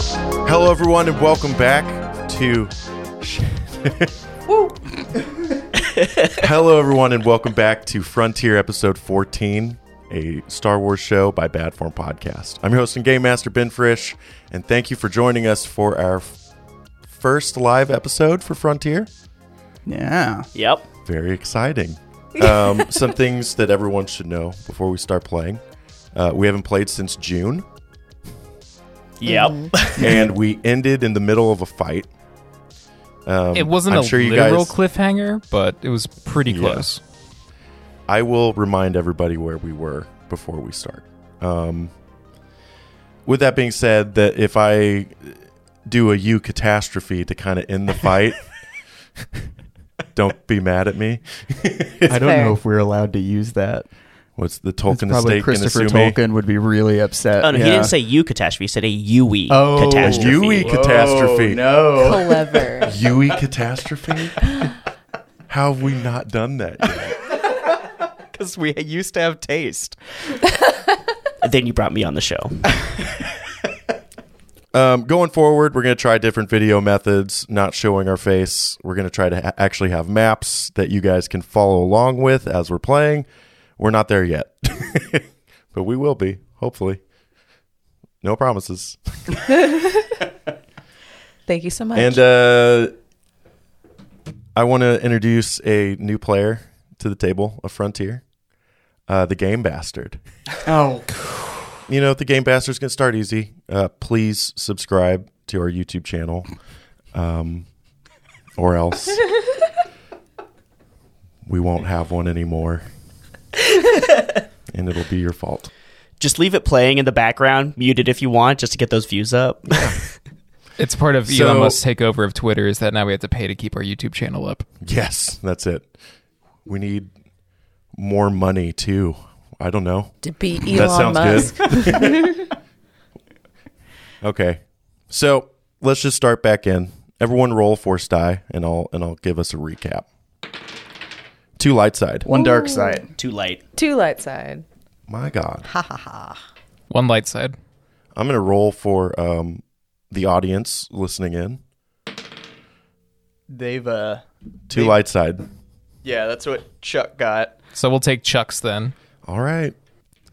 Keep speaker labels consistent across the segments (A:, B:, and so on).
A: Hello, everyone, and welcome back to. Hello, everyone, and welcome back to Frontier Episode 14, a Star Wars show by Bad Form Podcast. I'm your host and Game Master Ben Frisch, and thank you for joining us for our f- first live episode for Frontier.
B: Yeah.
C: Yep.
A: Very exciting. Um, some things that everyone should know before we start playing. Uh, we haven't played since June,
C: Yep.
D: Mm-hmm.
A: and we ended in the middle of a fight. Um,
E: It wasn't
A: I'm
E: a
A: sure you
E: literal
A: guys-
E: cliffhanger, but it was pretty
A: Yeah.
E: close.
A: I will remind everybody where we were before we start. Um, with that being said, that if I do a you catastrophe to kind of end the fight, don't be mad at me.
B: I don't
F: fair.
B: know if we're allowed to use that.
A: What's the
B: It's
A: Tolkien
B: probably
A: estate going to
B: Christopher
A: sue me?
B: Tolkien would be really upset.
C: Oh no, he
B: Yeah.
C: didn't say you catastrophe. He said a Yui
B: Oh, a
C: catastrophe.
A: Yui catastrophe.
B: No.
F: Clever.
A: Yui catastrophe? How have we not done that yet?
D: because we used to have taste.
C: Then you brought me on the show.
A: Um, going forward, we're going to try different video methods, not showing our face. We're going to try to ha- actually have maps that you guys can follow along with as we're playing. We're not there yet, but we will be, hopefully. No promises.
F: Thank you so much.
A: And uh, I want to introduce a new player to the table of Frontier, uh, the Game Bastard.
B: Oh.
A: you know the game bastards can start easy uh, please subscribe to our youtube channel um, or else we won't have one anymore and it'll be your fault
C: Just leave it playing in the background, mute it if you want, just to get those views up.
E: It's part of
A: So-
E: Elon Musk's takeover of Twitter is that now we have to pay to keep our YouTube channel up.
A: yes that's it we need more money too i don't know
F: to beat Elon
A: that sounds
F: Musk.
A: good okay so let's just start back in everyone roll force die and i'll and i'll give us a recap two light side
B: One dark side.
C: Too late.
F: Two light side.
A: My God.
E: One light side.
A: I'm going to roll for um, the audience listening in.
D: They've uh,
A: Two light side.
D: yeah, that's what Chuck got.
E: So we'll take Chuck's then.
A: All right.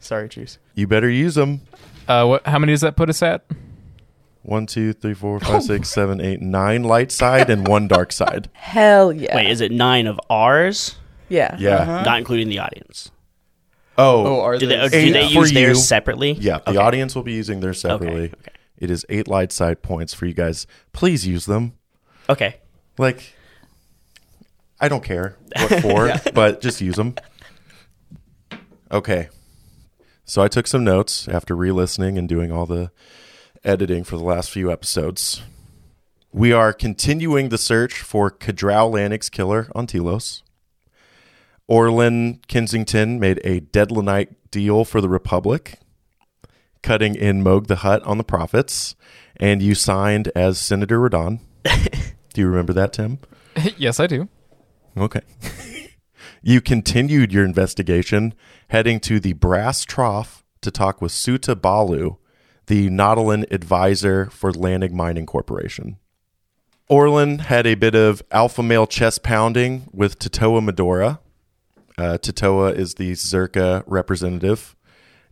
D: Sorry, Juice.
A: You better use them.
E: Uh, what, how many does that put us at?
A: One, two, three, four, five, six, seven, eight, nine light side and one dark side.
F: Hell yeah.
C: Wait, is it nine of ours?
F: yeah.
A: Yeah.
C: Not including the audience.
A: Oh,
D: Oh, are
C: Do they,
D: those-
C: do
A: Eight
C: they
A: for
C: use
A: you.
C: theirs separately?
A: yeah. The
C: Okay.
A: audience will be using theirs separately.
C: Okay, okay.
A: It is eight light side points for you guys. Please use them.
C: Okay.
A: Like, I don't care what for, but just use them. Okay. So I took some notes after re listening and doing all the editing for the last few episodes. We are continuing the search for Cadrell Lannick's killer on Telos. Orlin Kensington made a Deadlanite deal for the Republic, cutting in Moog the Hut on the profits, and you signed as Senator Radon. Do you remember that, Tim?
E: yes, I do.
A: Okay. you continued your investigation, heading to the Brass Trough to talk with Suta Balu, the Nautilin advisor for Landig Mining Corporation. Orlin had a bit of alpha male chest pounding with Tatoa Medora. Uh, Tatoa is the Zerka representative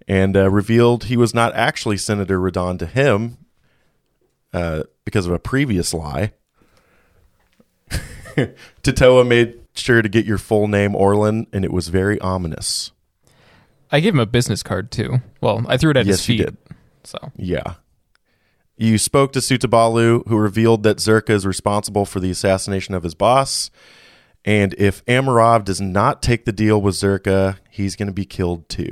A: and uh, revealed he was not actually Senator Radon to him uh, because of a previous lie. Tatoa made sure to get your full name, Orlin, and it was very ominous.
E: I gave him a business card too. Well, I threw it at his
A: Yes, you
E: feet.
A: did.
E: So
A: Yeah. You spoke to Sutabalu, who revealed that Zerka is responsible for the assassination of his boss. And if Amarov does not take the deal with Zerka, he's going to be killed too.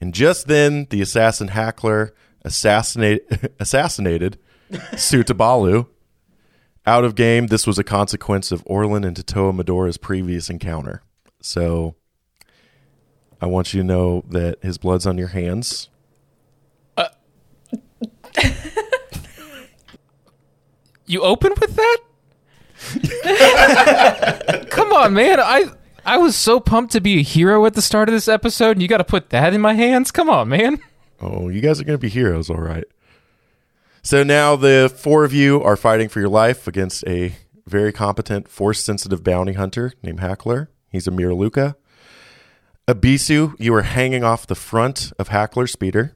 A: And just then, the assassin Hackler assassinate, assassinated Sutabalu. Out of game, this was a consequence of Orlin and Tatoa Medora's previous encounter. So I want you to know that his blood's on your hands.
E: you open with that? Come on, man. I I was so pumped to be a hero at the start of this episode, and you got to put that in my hands. Come on, man.
A: Oh, you guys are going to be heroes, all right. So now the four of you are fighting for your life against a very competent, force sensitive bounty hunter named Hackler. He's a Miraluka. Abisu, you are hanging off the front of Hackler's speeder.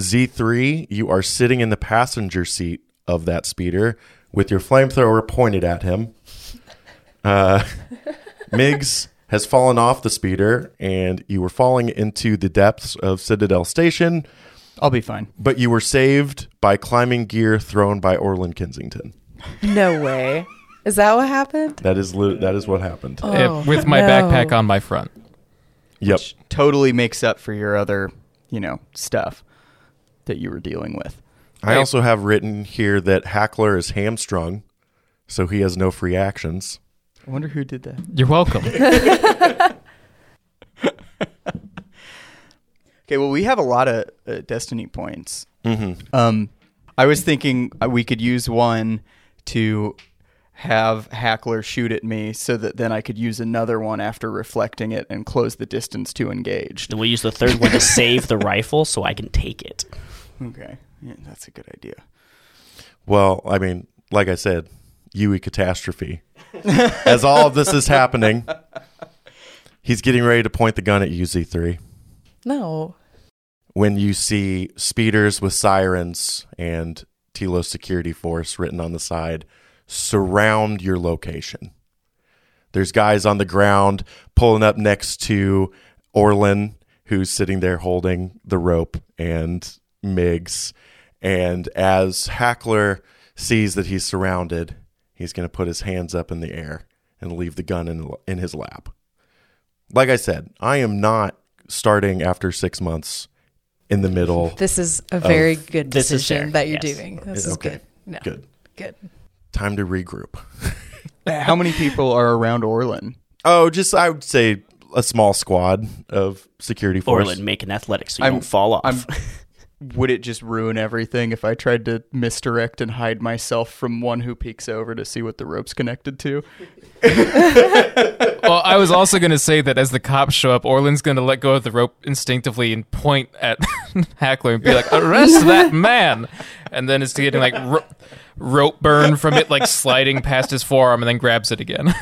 A: Z3, you are sitting in the passenger seat of that speeder with your flamethrower pointed at him. Uh, Miggs has fallen off the speeder, and you were falling into the depths of Citadel Station,
B: I'll be fine.
A: but you were saved by climbing gear thrown by Orland Kensington.
F: No way. Is that what happened?
A: That is li- that is what happened.
E: Eh,
F: Oh,
E: with my
F: no.
E: backpack on my front.
A: Yep.
D: Which totally makes up for your other, you know, stuff that you were dealing with.
A: I also have written here that Hackler is hamstrung, so he has no free actions.
D: I wonder who did that.
E: You're welcome.
D: Okay, well, we have a lot of uh, destiny points.
A: Mm-hmm.
D: Um, I was thinking uh, we could use one to have Hackler shoot at me, so that then I could use another one after reflecting it and close the distance to engaged.
C: Then we'll use the third one to save the rifle so I can take it.
D: Okay, yeah, that's a good idea.
A: Well, I mean, like I said, Yui catastrophe. As all of this is happening, he's getting ready to point the gun at UZ3.
F: No.
A: When you see speeders with sirens and Telos Security Force written on the side surround your location. There's guys on the ground pulling up next to Orlin, who's sitting there holding the rope, and Miggs. And as Hackler sees that he's surrounded, he's going to put his hands up in the air and leave the gun in, in his lap. Like I said, I am not starting after six months in the middle.
F: This is a very
A: Of-
F: good
C: This is fair,
F: decision that you're
C: yes.
F: doing. This is
A: Oh. Okay.
F: good. No.
A: Good.
F: Good.
A: Time to regroup.
D: How many people are around Orlin?
A: Oh, just I would say a small squad of security force.
C: Orlin, make an athletic so you
D: I'm-
C: don't fall off.
D: I'm- Would it just ruin everything if I tried to misdirect and hide myself from one who peeks over to see what the rope's connected to?
E: well, I was also going to say that as the cops show up, Orlin's going to let go of the rope instinctively and point at Hackler and be like, "Arrest that man!" And then it's getting like ro- rope burn from it, like sliding past his forearm, and then grabs it again.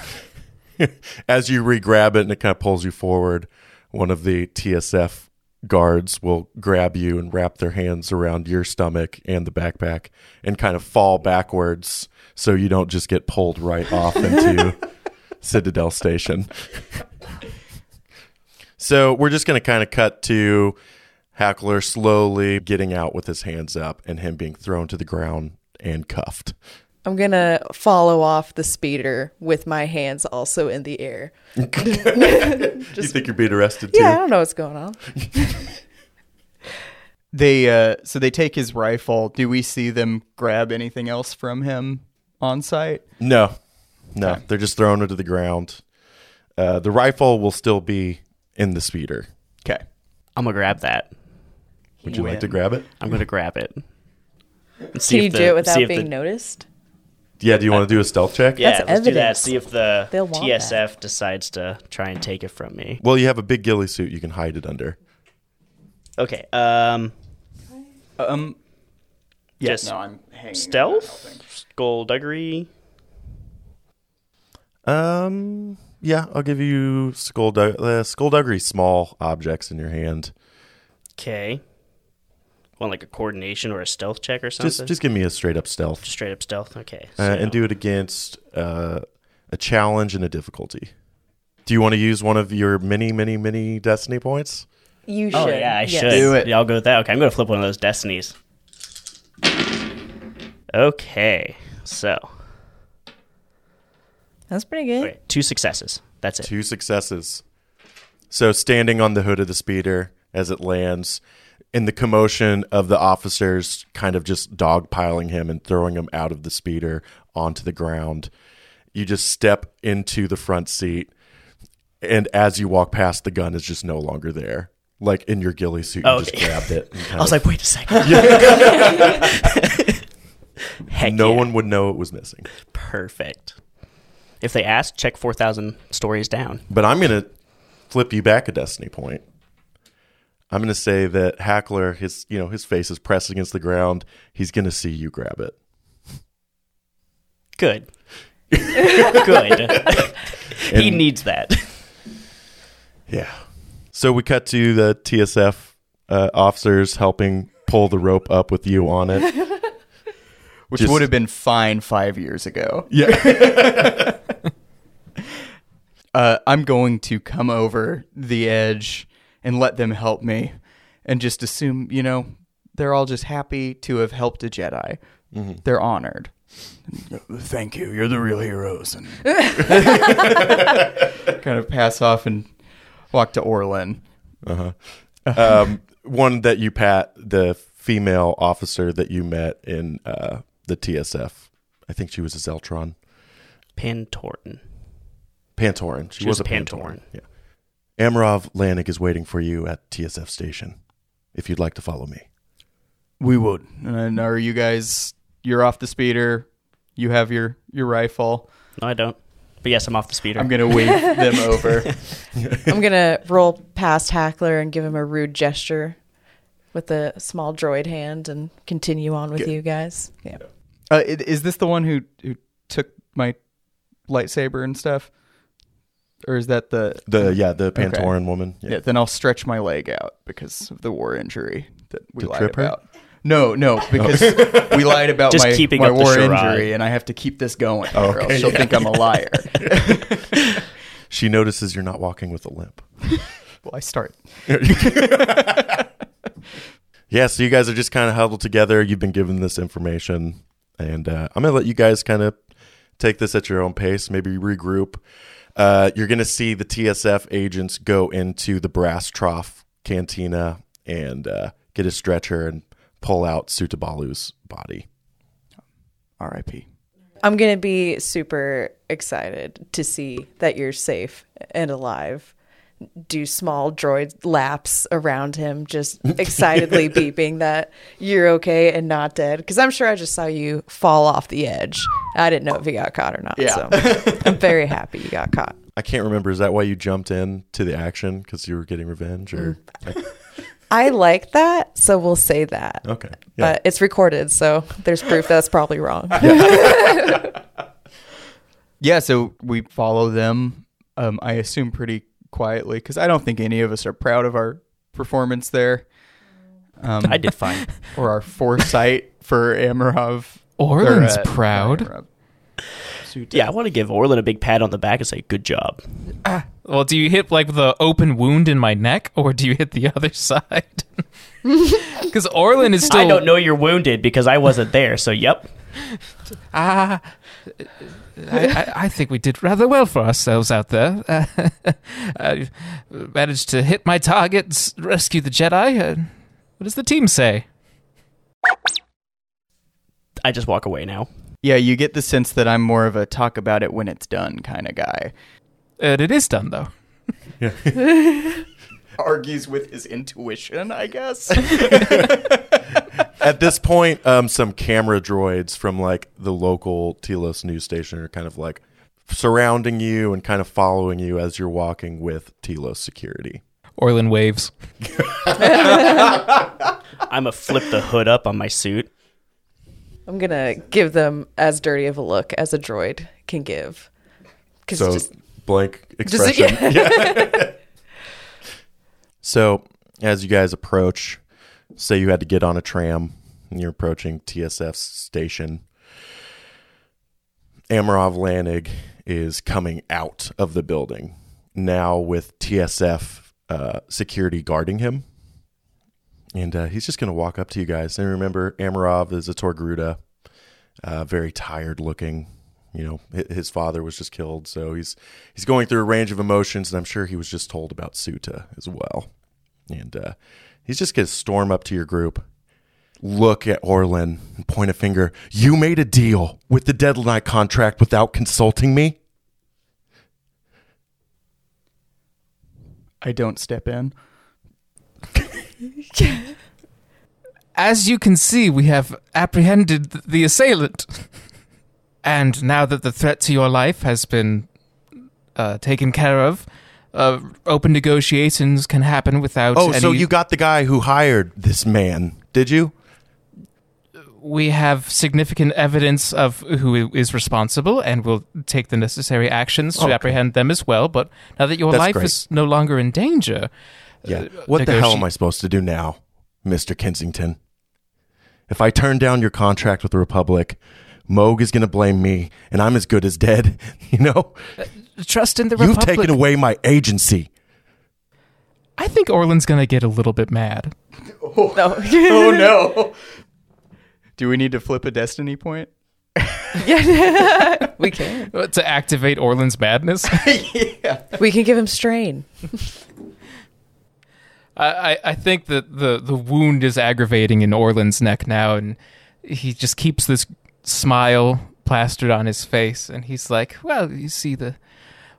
A: As you re-grab it and it kind of pulls you forward, one of the TSF guards will grab you and wrap their hands around your stomach and the backpack and kind of fall backwards so you don't just get pulled right off into Citadel Station. so we're just going to kind of cut to Hackler slowly getting out with his hands up and him being thrown to the ground and cuffed.
F: I'm going to follow off the speeder with my hands also in the air.
A: you think you're being arrested too?
F: Yeah, I don't know what's going on.
D: They uh, so they take his rifle. Do we see them grab anything else from him on site?
A: No, no,
D: Okay.
A: they're just thrown into the ground. Uh, the rifle will still be in the speeder.
D: Okay.
C: I'm gonna grab that.
A: Would you like to
D: Win.
A: grab it?
C: I'm gonna grab it. And see
F: Can
C: if
F: you
C: the-
F: do it
C: see
F: without
C: if the-
F: being noticed?
A: Yeah. Do you want to do a stealth check?
C: Yeah,
F: That's
C: let's do that.
F: evidence.
C: See if the
F: They'll want
C: TSF decides to try and take it from me.
A: Well, you have a big ghillie suit. You can hide it under.
C: Okay. Um,
D: Um.
C: Yes.
D: No, I'm hanging
C: stealth, skullduggery.
A: Um. Yeah, I'll give you skulldug- uh, skullduggery small objects in your hand.
C: Okay. Want like a coordination or a stealth check or something?
A: Just, just give me a straight up stealth,
C: straight up stealth. Okay.
A: uh, and do it against uh, a challenge and a difficulty. Do you want to use one of your many, many, many destiny points?
F: You should.
C: Oh yeah, I
F: Yes.
C: should.
D: Do it.
C: Yeah, I'll go with that. Okay, I'm gonna flip one of those destinies. Okay, so
F: That's pretty good.
C: okay, two successes. That's it.
A: Two successes. So standing on the hood of the speeder as it lands, in the commotion of the officers kind of just dogpiling him and throwing him out of the speeder onto the ground, you just step into the front seat. And as you walk past, the gun is just no longer there. Like in your ghillie suit, you
C: Oh,
A: just
C: okay.
A: grabbed it. and kind
C: I was
A: of-
C: like, wait a second. Heck
A: no
C: yeah.
A: one would know it was missing.
C: Perfect. If they ask, check four thousand stories down.
A: But I'm going to flip you back a destiny point. I'm going to say that Hackler, his you know his face is pressed against the ground. He's going to see you grab it.
C: Good. Good. he
A: And-
C: needs that.
A: Yeah. So we cut to the TSF uh, officers helping pull the rope up with you on it.
D: which
A: Just-
D: would have been fine five years ago.
A: Yeah.
D: Uh, I'm going to come over the edge and let them help me, and just assume you know they're all just happy to have helped a Jedi. They're honored. Mm-hmm. Thank you. You're the real heroes. And kind of pass off and walk to Orlin.
A: um, one that you pat, the female officer that you met in uh, the TSF. I think she was a Zeltron.
C: Pantorn.
A: Pantoran. She,
C: She
A: was,
C: was
A: a
C: a
A: Pantoran. Yeah. Amarov Lanik is waiting for you at TSF station. If you'd like to follow me.
D: We would. And are you guys? You're off the speeder. You have your your rifle.
C: No, I don't. But yes, I'm off the speeder.
D: I'm gonna wave them over.
F: I'm gonna roll past Hackler and give him a rude gesture with a small droid hand and continue on with you guys. Yeah.
D: Uh, i- is this the one who who took my lightsaber and stuff, or is that the
A: The yeah, the Pantoran woman.
D: Yeah. then I'll stretch my leg out because of the war injury that we
A: To
D: lied
A: trip her?
D: about. No, no, because we lied about
C: Just
D: my,
C: keeping
D: my
C: up the
D: war
C: charade.
D: injury, and I have to keep this going, or else she'll think I'm a liar.
A: She notices you're not walking with a limp.
D: well, I start.
A: Yeah, so you guys are just kind of huddled together. You've been given this information, and uh, I'm gonna let you guys kind of take this at your own pace. Maybe regroup. Uh, you're gonna see the TSF agents go into the brass trough cantina and uh, get a stretcher and pull out Sutabalu's body.
D: R.I.P.
F: I'm gonna be super excited to see that you're safe and alive. Do small droid laps around him, just excitedly beeping that you're okay and not dead. Because I'm sure I just saw you fall off the edge. I didn't know if you got caught or not. So I'm very happy you got caught.
A: I can't remember. Is that why you jumped in to the action because you were getting revenge? Or
F: I like that, so we'll say that.
A: okay, yeah.
F: But it's recorded, so there's proof that's probably wrong.
D: Yeah, so we follow them. Um, I assume pretty quietly because I don't think any of us are proud of our performance there. Um,
C: I did fine.
D: or our foresight for Amarov.
E: Orland's
D: Or, uh,
E: proud.
D: Amarov.
C: yeah, I want to give Orlin a big pat on the back and say, good job.
E: Well, do you hit like the open wound in my neck, or do you hit the other side? Because Orlin is still.
C: I don't know you're wounded because I wasn't there. So, yep.
E: Ah, I, I, I think we did rather well for ourselves out there. Uh, I managed to hit my targets, rescue the Jedi. Uh, what does the team say?
C: I just walk away now.
D: Yeah, you get the sense that I'm more of a talk about it when it's done kind of guy.
E: And it is done, though.
D: Argues with his intuition, I guess.
A: At this point, um, some camera droids from like the local Telos news station are kind of like surrounding you and kind of following you as you're walking with Telos security.
E: Orlin waves.
C: I'm going to flip the hood up on my suit.
F: I'm gonna give them as dirty of a look as a droid can give. Because
A: So
F: just
A: blank
F: Just-
A: expression. Yeah. so as you guys approach, say you had to get on a tram and you're approaching TSF station. Amarov Lanig is coming out of the building now with TSF uh, security guarding him. And uh, he's just going to walk up to you guys. And remember, Amarov is a Torgruda, uh, very tired looking. You know, hi- his father was just killed, so he's he's going through a range of emotions, and I'm sure he was just told about Suta as well. And uh, he's just going to storm up to your group, look at Orlin, and point a finger. You made a deal with the Deadline contract without consulting me.
D: I don't step in.
E: As you can see, we have apprehended th- the assailant. And now that the threat to your life has been uh, taken care of, uh, open negotiations can happen without.
A: Oh, so
E: any-
A: you got the guy who hired this man, did you?
E: we have significant evidence of who is responsible and will take the necessary actions to
A: Okay.
E: apprehend them as well. But now that your
A: That's
E: life
A: great.
E: is no longer in danger, uh,
A: Yeah. What the hell
E: negotiate-
A: am I supposed to do now, Mr. Kensington? If I turn down your contract with the Republic, Moog is going to blame me, and I'm as good as dead. You know,
E: trust in the
A: you've
E: Republic.
A: taken away my agency.
E: I think Orland's going to get a little bit mad.
D: oh no. Do we need to flip a destiny point?
F: We can.
E: Uh, To activate Orland's madness?
F: We can give him strain.
E: I, I- I think that the, the wound is aggravating in Orland's neck now, and he just keeps this smile plastered on his face, and he's like, "Well, you see, the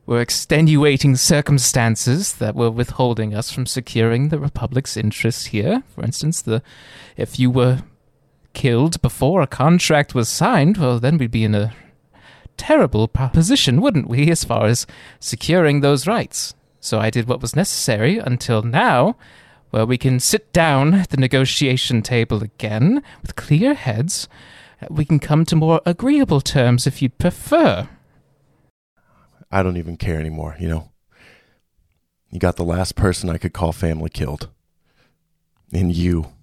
E: were extenuating circumstances that were withholding us from securing the Republic's interests here. For instance, the if you were killed before a contract was signed, well, then we'd be in a terrible po- position, wouldn't we, as far as securing those rights? So I did what was necessary until now, where we can sit down at the negotiation table again with clear heads. We can come to more agreeable terms if you'd prefer.
A: I don't even care anymore, you know. You got the last person I could call family killed. And you.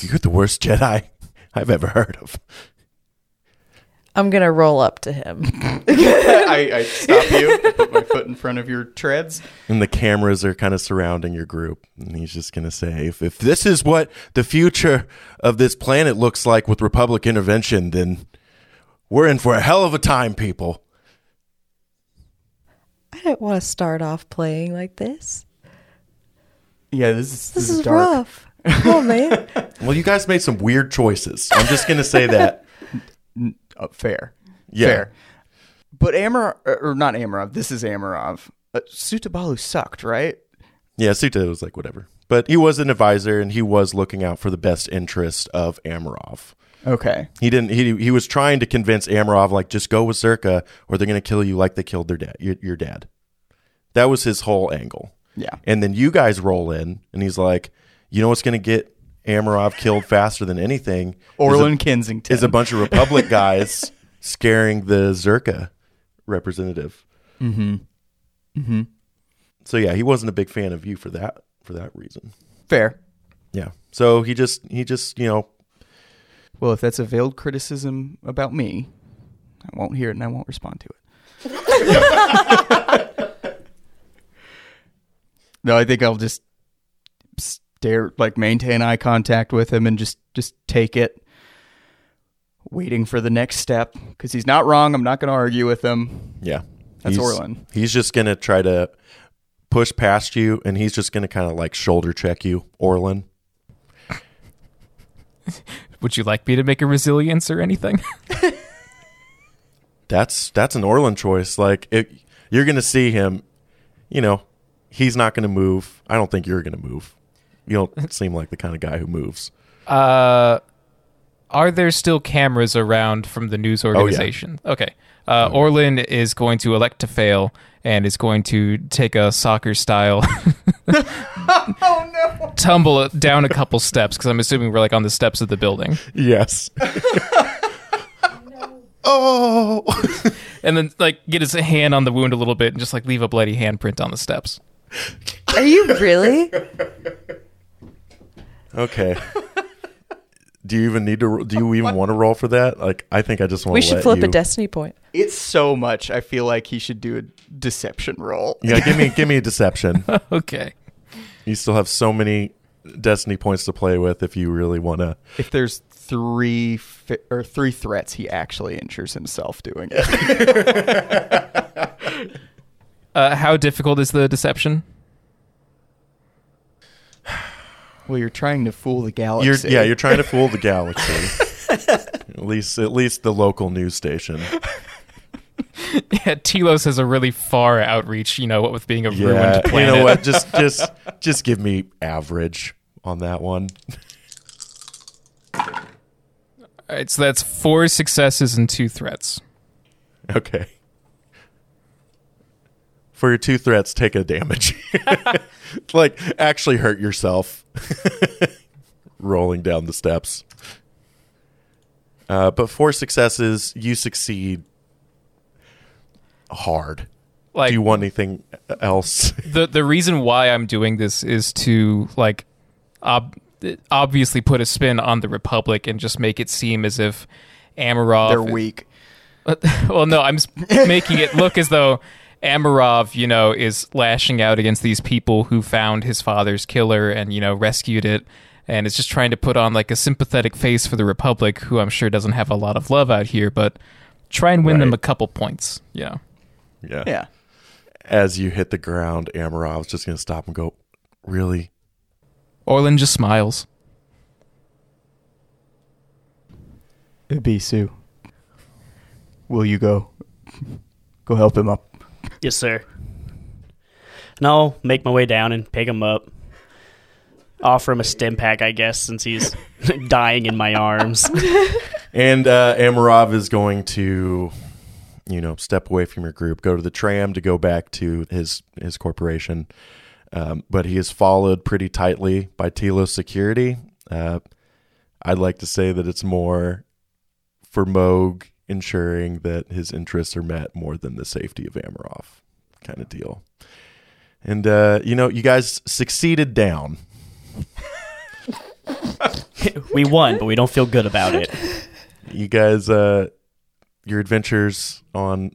A: You're the worst Jedi I've ever heard of.
F: I'm going to roll up to him.
D: I, I stop you, I put my foot in front of your treads.
A: And the cameras are kind of surrounding your group. And he's just going to say if, if this is what the future of this planet looks like with Republic intervention, then we're in for a hell of a time, people.
F: I didn't want to start off playing like this.
D: Yeah, this is
F: This, is, rough. Come on, man.
A: Well, you guys made some weird choices. I'm just going to say that.
D: Uh, fair.
A: Yeah.
D: Fair. But Amarov, or not Amarov, this is Amarov. Uh, Sutabalu sucked, right?
A: Yeah, Suta was like, whatever. But he was an advisor and he was looking out for the best interest of Amarov.
D: Okay.
A: He didn't. He he was trying to convince Amarov like just go with Zerka or they're gonna kill you like they killed their dad, your, your dad. That was his whole angle.
D: Yeah.
A: And then you guys roll in, and he's like, you know what's gonna get Amarov killed faster than anything? is a-
D: Orlin Kensington.
A: is a bunch of Republic guys scaring the Zerka representative. Mm-hmm. Mm-hmm. So yeah, he wasn't a big fan of you for that for that reason.
D: fair.
A: Yeah. So he just he just you know
D: Well, if that's a veiled criticism about me, I won't hear it and I won't respond to it. no, I think I'll just stare, like maintain eye contact with him and just just take it, waiting for the next step because he's not wrong. I'm not going to argue with him.
A: yeah.
D: That's
A: he's,
D: Orlin.
A: He's just gonna try to push past you, and he's just gonna kind of like shoulder check you, Orlin.
E: Would you like me to make a resilience or anything?
A: That's that's an Orlin choice. Like it, you're gonna see him, you know, he's not gonna move. I don't think you're gonna move. You don't seem like the kind of guy who moves.
E: Uh, are there still cameras around from the news organization? Okay. Uh, Orlin is going to elect to fail and is going to take a soccer style. Tumble down a couple steps because I'm assuming we're like on the steps of the building,
A: Yes. oh.
E: and then like get his hand on the wound a little bit and just like leave a bloody handprint on the steps.
F: Are you really?
A: Okay. Do you even need to? ro- Do you even want to roll for that? Like, I think I just want.
F: We
A: to
F: should
A: let
F: flip
A: you.
F: a destiny point.
D: It's so much. I feel like he should do a deception roll.
A: Yeah, give me give me a deception.
E: Okay.
A: you still have so many destiny points to play with if you really want to.
D: If there's three fi- or three threats, he actually injures himself doing it.
E: Uh, how difficult is the deception?
D: Well, you're trying to fool the
A: You're
D: galaxy.
A: yeah, you're trying to fool the galaxy. at least at least the local news station.
E: Yeah, Telos has a really far outreach. You know, what with being a ruined
A: you
E: planet.
A: know what? Just just just give me average on that one.
E: All right, so that's four successes and two threats.
A: Okay. for your two threats, take a damage. like, actually hurt yourself rolling down the steps. Uh, but four successes, you succeed hard.
E: Like
A: Do you want anything else?
E: the the reason why I'm doing this is to like ob- obviously put a spin on the Republic and just make it seem as if Amarov
D: They're weak.
E: well, no, I'm s- making it look as though Amarov, you know, is lashing out against these people who found his father's killer and, you know, rescued it. And is just trying to put on like a sympathetic face for the Republic, who I'm sure doesn't have a lot of love out here, but try and win them
A: Right.
E: a couple points. You know,
D: Yeah.
A: As you hit the ground, Amarov's just going to stop and go, Really?
E: Orlin just smiles.
D: Ibisu, will you go? Go help him up.
C: Yes, sir. And I'll make my way down and pick him up. Offer him a stim pack, I guess, since he's dying in my arms.
A: And uh, Amarov is going to, you know, step away from your group, go to the tram to go back to his his corporation. Um, but he is followed pretty tightly by Telos security. Uh, I'd like to say that it's more for Moog ensuring that his interests are met more than the safety of Amarov kind of deal. And, uh, you know, you guys succeeded down.
C: we won, but we don't feel good about it.
A: you guys uh your adventures on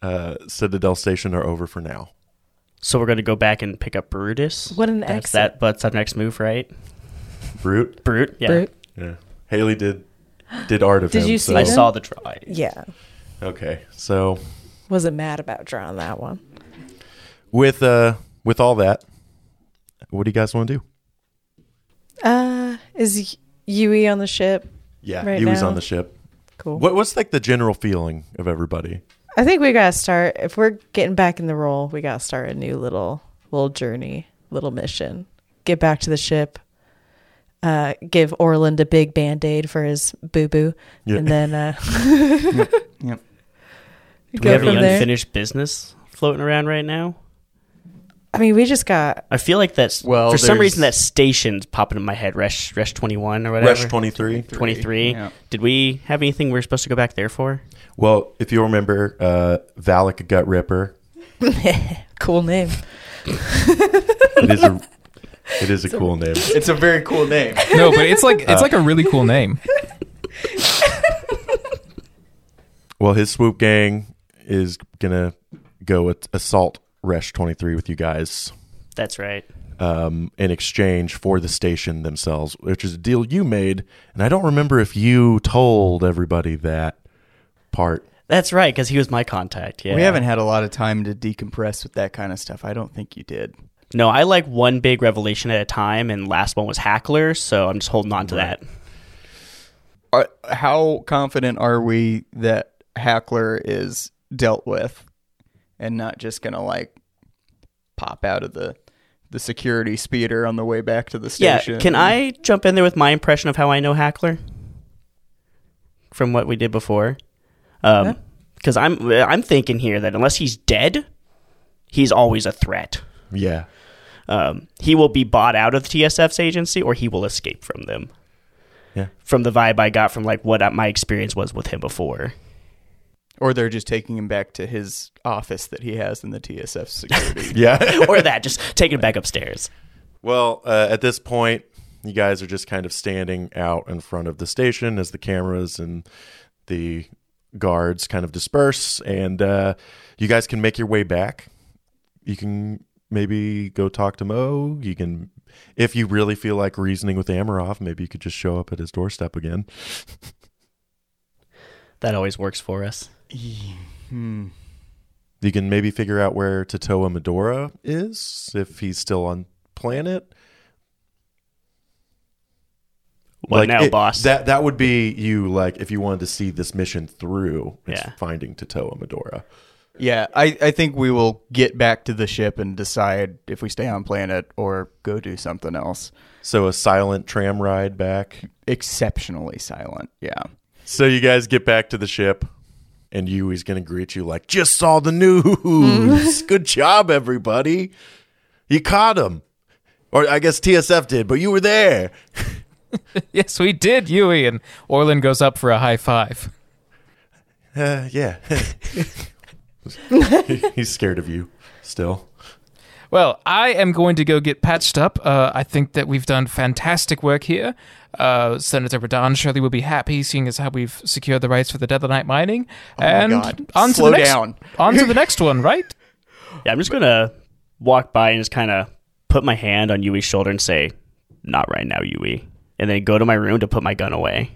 A: uh citadel station are over for now
C: So we're gonna go back and pick up Brutus.
F: What an
C: That's
F: exit.
C: that. That's our next move, right?
A: brute
C: Brute. Yeah.
F: Brute.
A: yeah haley did did art of
F: Did
A: him,
F: you
A: so-
F: see
C: I
F: him?
C: saw the drawing.
F: Yeah.
A: okay so
F: Wasn't mad about drawing that one.
A: with uh with all that what do you guys want to do
F: Uh, is Yui on the ship?
A: yeah
F: Right
A: Yui's
F: now?
A: on the ship
F: Cool.
A: what, what's like the general feeling of everybody
F: I think we gotta start. If we're getting back in the role, we gotta start a new little little journey, little mission. Get back to the ship. Uh, give Orland a big band aid for his boo boo,
A: Yeah.
F: and then uh,
D: Yep.
C: Do we
F: go
C: have
F: from
C: any
F: there.
C: unfinished business floating around right now?
F: I mean, we just got
C: I feel like that's
D: Well,
C: for some
D: there's-
C: reason that station's popping in my head. Resh Resh twenty one or whatever.
A: rush 23
C: twenty three.
D: Yeah.
C: Did we have anything we were supposed to go back there for?
A: well if you remember uh valak gut ripper
F: cool name.
A: it is a it is a cool name
D: It's a very cool name.
E: No, but it's like it's like a really cool name.
A: Well, his swoop gang is gonna go with assault Resh twenty three with you guys
C: That's right.
A: um, in exchange for the station themselves, which is a deal you made, and I don't remember if you told everybody that part.
C: That's right, because he was my contact. Yeah.
D: We haven't had a lot of time to decompress with that kind of stuff. I don't think you did.
C: No, I like one big revelation at a time, and last one was Hackler, so I'm just holding on to that.
D: Are, how confident are we that Hackler is dealt with and not just going to like pop out of the the security speeder on the way back to the
C: Yeah.
D: station?
C: Can I jump in there with my impression of how I know Hackler from what we did before? Because
F: Yeah.
C: I'm I'm thinking here that unless he's dead, he's always a threat.
A: Yeah,
C: Um, he will be bought out of TSF's agency, or he will escape from them.
A: Yeah.
C: From the vibe I got from like what uh, my experience was with him before.
D: Or they're just taking him back to his office that he has in the TSF security.
A: yeah.
C: or that, just taking it back upstairs.
A: Well, uh, at this point, you guys are just kind of standing out in front of the station as the cameras and the guards kind of disperse, and uh, you guys can make your way back. You can maybe go talk to Mo. You can, if you really feel like reasoning with Amarov, maybe you could just show up at his doorstep again.
C: That always works for us.
D: Hmm.
A: You can maybe figure out where Tatoa Medora is if he's still on planet.
C: What now,
A: it-
C: boss?
A: That that would be you like if you wanted to see this mission through. It's
C: Yeah.
A: finding Tatoa Medora.
D: Yeah, I, I think we will get back to the ship and decide if we stay on planet or go do something else.
A: So a silent tram ride back.
D: Exceptionally silent. Yeah.
A: So you guys get back to the ship. and Yui's going to greet you like, just saw the news. Good job, everybody. You caught him. Or I guess TSF did, but you were there.
E: Yes, we did, Yui. And Orlin goes up for a high five.
A: Uh, yeah. He's scared of you still.
E: Well, I am going to go get patched up. Uh, I think that we've done fantastic work here. Uh, Senator Bradan surely will be happy, seeing as how we've secured the rights for the Deathlite mining. and
D: Oh God.
E: on to
D: Slow
E: the next,
D: down.
E: on to the next one, right?
C: Yeah, I'm just gonna walk by and just kind of put my hand on Yui's shoulder and say, "Not right now, Yui," and then go to my room to put my gun away.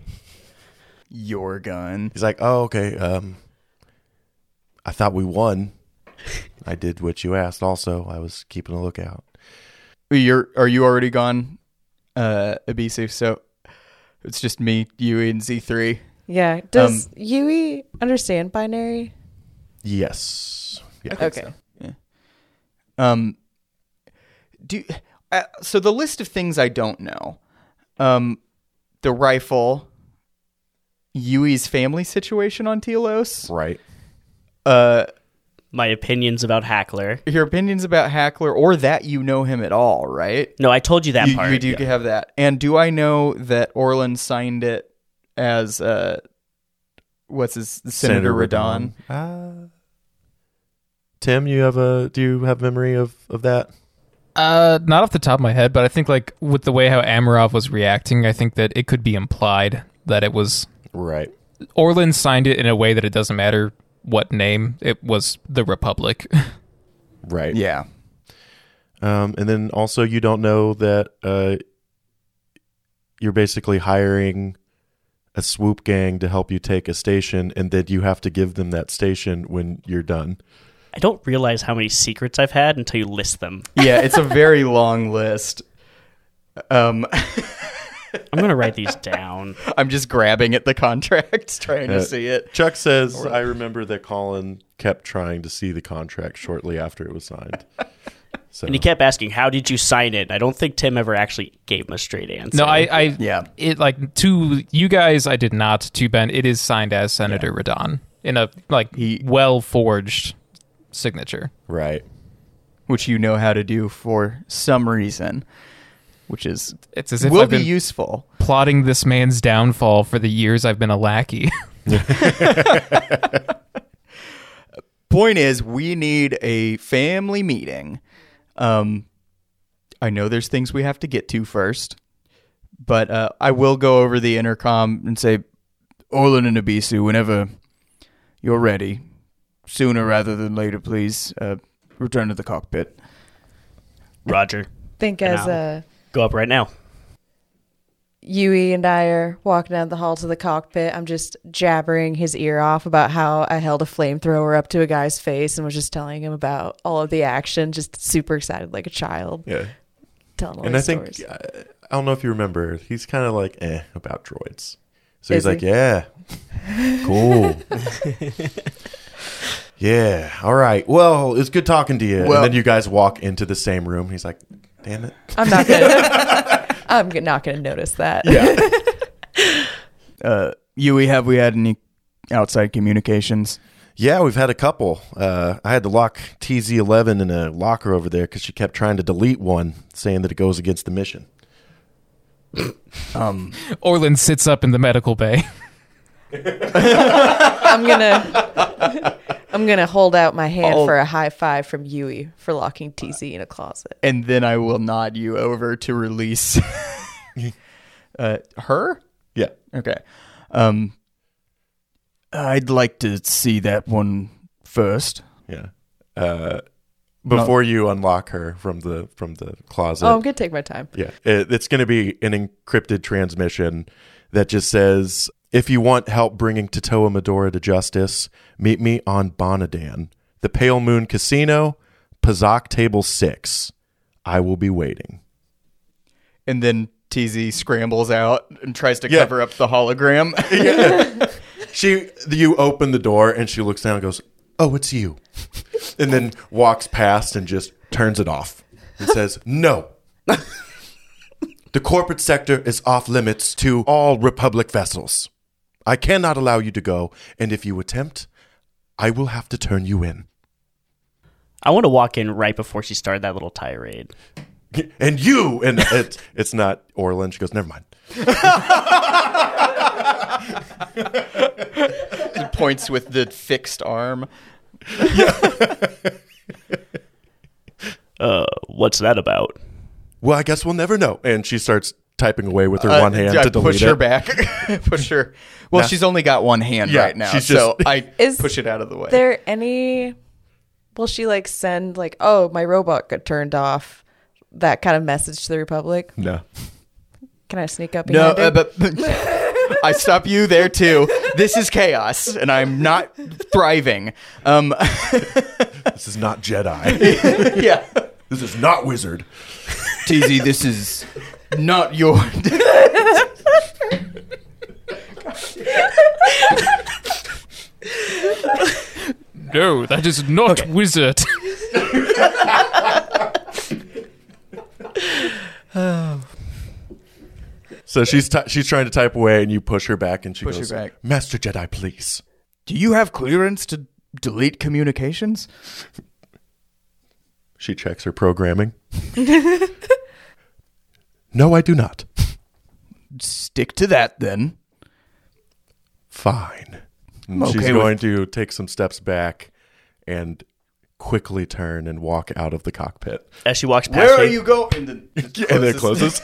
D: Your gun.
A: He's like, oh, okay. Um, I thought we won. I did what you asked. Also, I was keeping a lookout.
D: You're are you already gone, uh, Ibisu? So it's just me, Yui, and Z three.
F: Yeah. Does
D: Um,
F: Yui understand binary?
A: Yes. Yeah.
F: Okay.
D: Um, do uh, so the list of things I don't know. Um, the rifle. Yui's family situation on Telos.
A: Right.
D: Uh,
C: My opinions about Hackler.
D: your opinions about Hackler, or that you know him at all, right?
C: No, I told you that
D: you,
C: part.
D: you do have that. And do I know that Orland signed it as uh, what's his Senator, Radon?
A: Radon. Uh, Tim, you have a do you have memory of of that?
E: Uh, not off the top of my head, but I think like with the way how Amarov was reacting, I think that it could be implied that it was
A: Right.
E: Orlin signed it in a way that it doesn't matter what name it was. The Republic.
A: Right.
D: Yeah.
A: Um, and then also you don't know that uh, you're basically hiring a swoop gang to help you take a station, and then you have to give them that station when you're done.
C: I don't realize how many secrets I've had until you list them.
D: Yeah, it's a very long list. Um,
C: I'm gonna write these down.
D: I'm just grabbing at the contracts, trying
A: Uh,
D: to see it.
A: Chuck says, I remember that Colin kept trying to see the contract shortly after it was signed. So
C: And he kept asking, "How did you sign it?" I don't think Tim ever actually gave him a straight answer.
E: no, I, I,
D: Yeah.
E: it like to you guys, I did not. To Ben, it is signed as Senator Radon in a like
D: He-
E: well forged signature.
A: right.
D: Which you know how to do for some reason, which is
E: It's as if
D: will
E: I've
D: be
E: been
D: useful.
E: plotting this man's downfall for the years I've been a lackey.
D: point is we need a family meeting um i know there's things we have to get to first but uh, i will go over the intercom and say orlin and abisu whenever you're ready sooner rather than later please uh, return to the cockpit
C: Roger,
F: Think
C: And
F: as
C: I'll-
F: uh,
C: go up right now.
F: Yui and I are walking down the hall to the cockpit. I'm just jabbering his ear off about how I held a flamethrower up to a guy's face and was just telling him about all of the action, just super excited like a child.
A: Yeah.
F: Telling all
A: and I
F: these
A: think,
F: stories.
A: I, I don't know if you remember, he's kind of like, eh, about droids. So
F: Is
A: he's like,
F: he?
A: yeah, cool. yeah. All right. Well, it's good talking to you.
D: Well-
A: and then you guys walk into the same room. He's like, damn it.
F: I'm not gonna. I'm g- not gonna notice that.
A: Yeah.
D: uh, yui have we had any outside communications
A: yeah, we've had a couple. Uh, I had to lock TZ11 in a locker over there because she kept trying to delete one, saying that it goes against the mission.
D: um
E: Orlin sits up in the medical bay.
F: I'm gonna. I'm gonna hold out my hand
D: All-
F: for a high five from Yui for locking TZ in a closet.
D: and then i will nod you over to release uh, her
A: Yeah.
D: Okay. Um I'd like to see that one first.
A: Yeah. Uh, before you unlock her from the from the closet.
F: Oh, I'm gonna take my time.
A: Yeah. It, it's going to be an encrypted transmission that just says if you want help bringing Tatoa Medora to justice, meet me on Bonadan, the Pale Moon Casino, Pazak Table 6. I will be waiting.
D: And then TZ scrambles out and tries to
A: Yeah.
D: cover up the hologram.
A: She you open the door and she looks down and goes, "Oh, it's you." and then walks past and just turns it off and says, "No." the corporate sector is off limits to all republic vessels. I cannot allow you to go, and if you attempt, I will have to turn you in.
C: I want to walk in right before she started that little tirade.
A: And you and it's it's not Orlin. She goes, never mind.
D: Points with the fixed arm.
C: Uh, what's that about?
A: Well, I guess we'll never know. And she starts typing away with her one hand
D: I
A: to delete
D: Uh, push her
A: it.
D: back. push her. Well,
A: Nah.
D: she's only got one hand
A: Yeah,
D: right now,
A: she's
D: so
A: just-
D: I
F: Is
D: push it out of the way.
F: there any will she like send like oh my robot got turned off that kind of message to the republic
A: No.
F: can i sneak up
D: no,
F: behind her?
D: uh, but I stop you there too. This is chaos, and I'm not thriving. Um,
A: This is not Jedi.
D: yeah,
A: this is not wizard.
D: Tizzy, this is not your.
E: No, that is not wizard.
A: So she's t- she's trying to type away, and you push her back, and she
D: Push her
A: goes,
D: back.
A: "Master Jedi, please."
D: Do you have clearance to delete communications?
A: She checks her programming. no, I do not.
D: Stick to that then.
A: Fine. And
D: I'm
A: she's
D: okay with-
A: going to take some steps back and quickly turn and walk out of the cockpit.
C: As she walks past,
D: Where are
C: me-
D: you going? And then,
A: and then closes.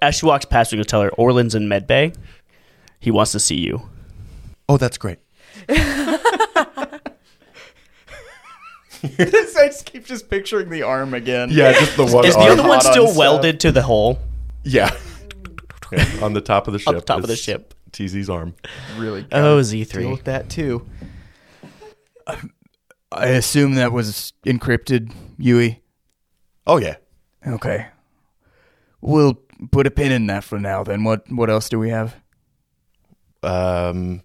C: As she walks past, we go tell her Orlin's in med bay. He wants to see you.
A: oh, that's great.
D: I just keep just picturing the arm again.
A: Yeah, just the one.
C: Is the
A: arm.
C: other one
D: hot on
C: still
D: stuff.
C: welded to the hole?
A: Yeah. Yeah, on the top of the ship.
C: On the top of the
A: is
C: ship.
A: TZ's arm.
D: really.
C: Oh, Z
D: deal
C: three.
D: with that too. I assume that was encrypted, Yui.
A: Oh yeah.
D: Okay. We'll put a pin in that for now. Then what? What else do we have?
A: Um,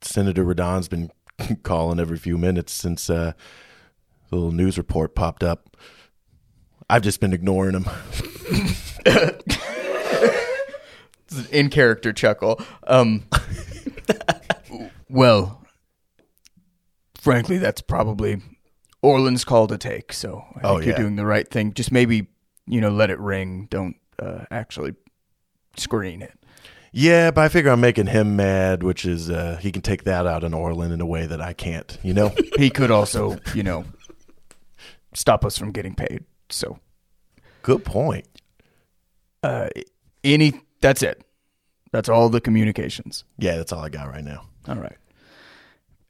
A: Senator Radon's been calling every few minutes since uh, the little news report popped up. I've just been ignoring him.
D: In character chuckle. Um. well, frankly, that's probably Orland's call to take. So I think
A: Oh,
D: you're
A: yeah.
D: doing the right thing. Just maybe you know, let it ring. Don't uh, actually screen it.
A: Yeah, but I figure I'm making him mad, which is uh, he can take that out on Orlin in a way that I can't. You know.
D: he could also, you know, stop us from getting paid. So,
A: Good point.
D: uh, any that's it. That's all the communications.
A: Yeah, that's all I got right now.
D: All right.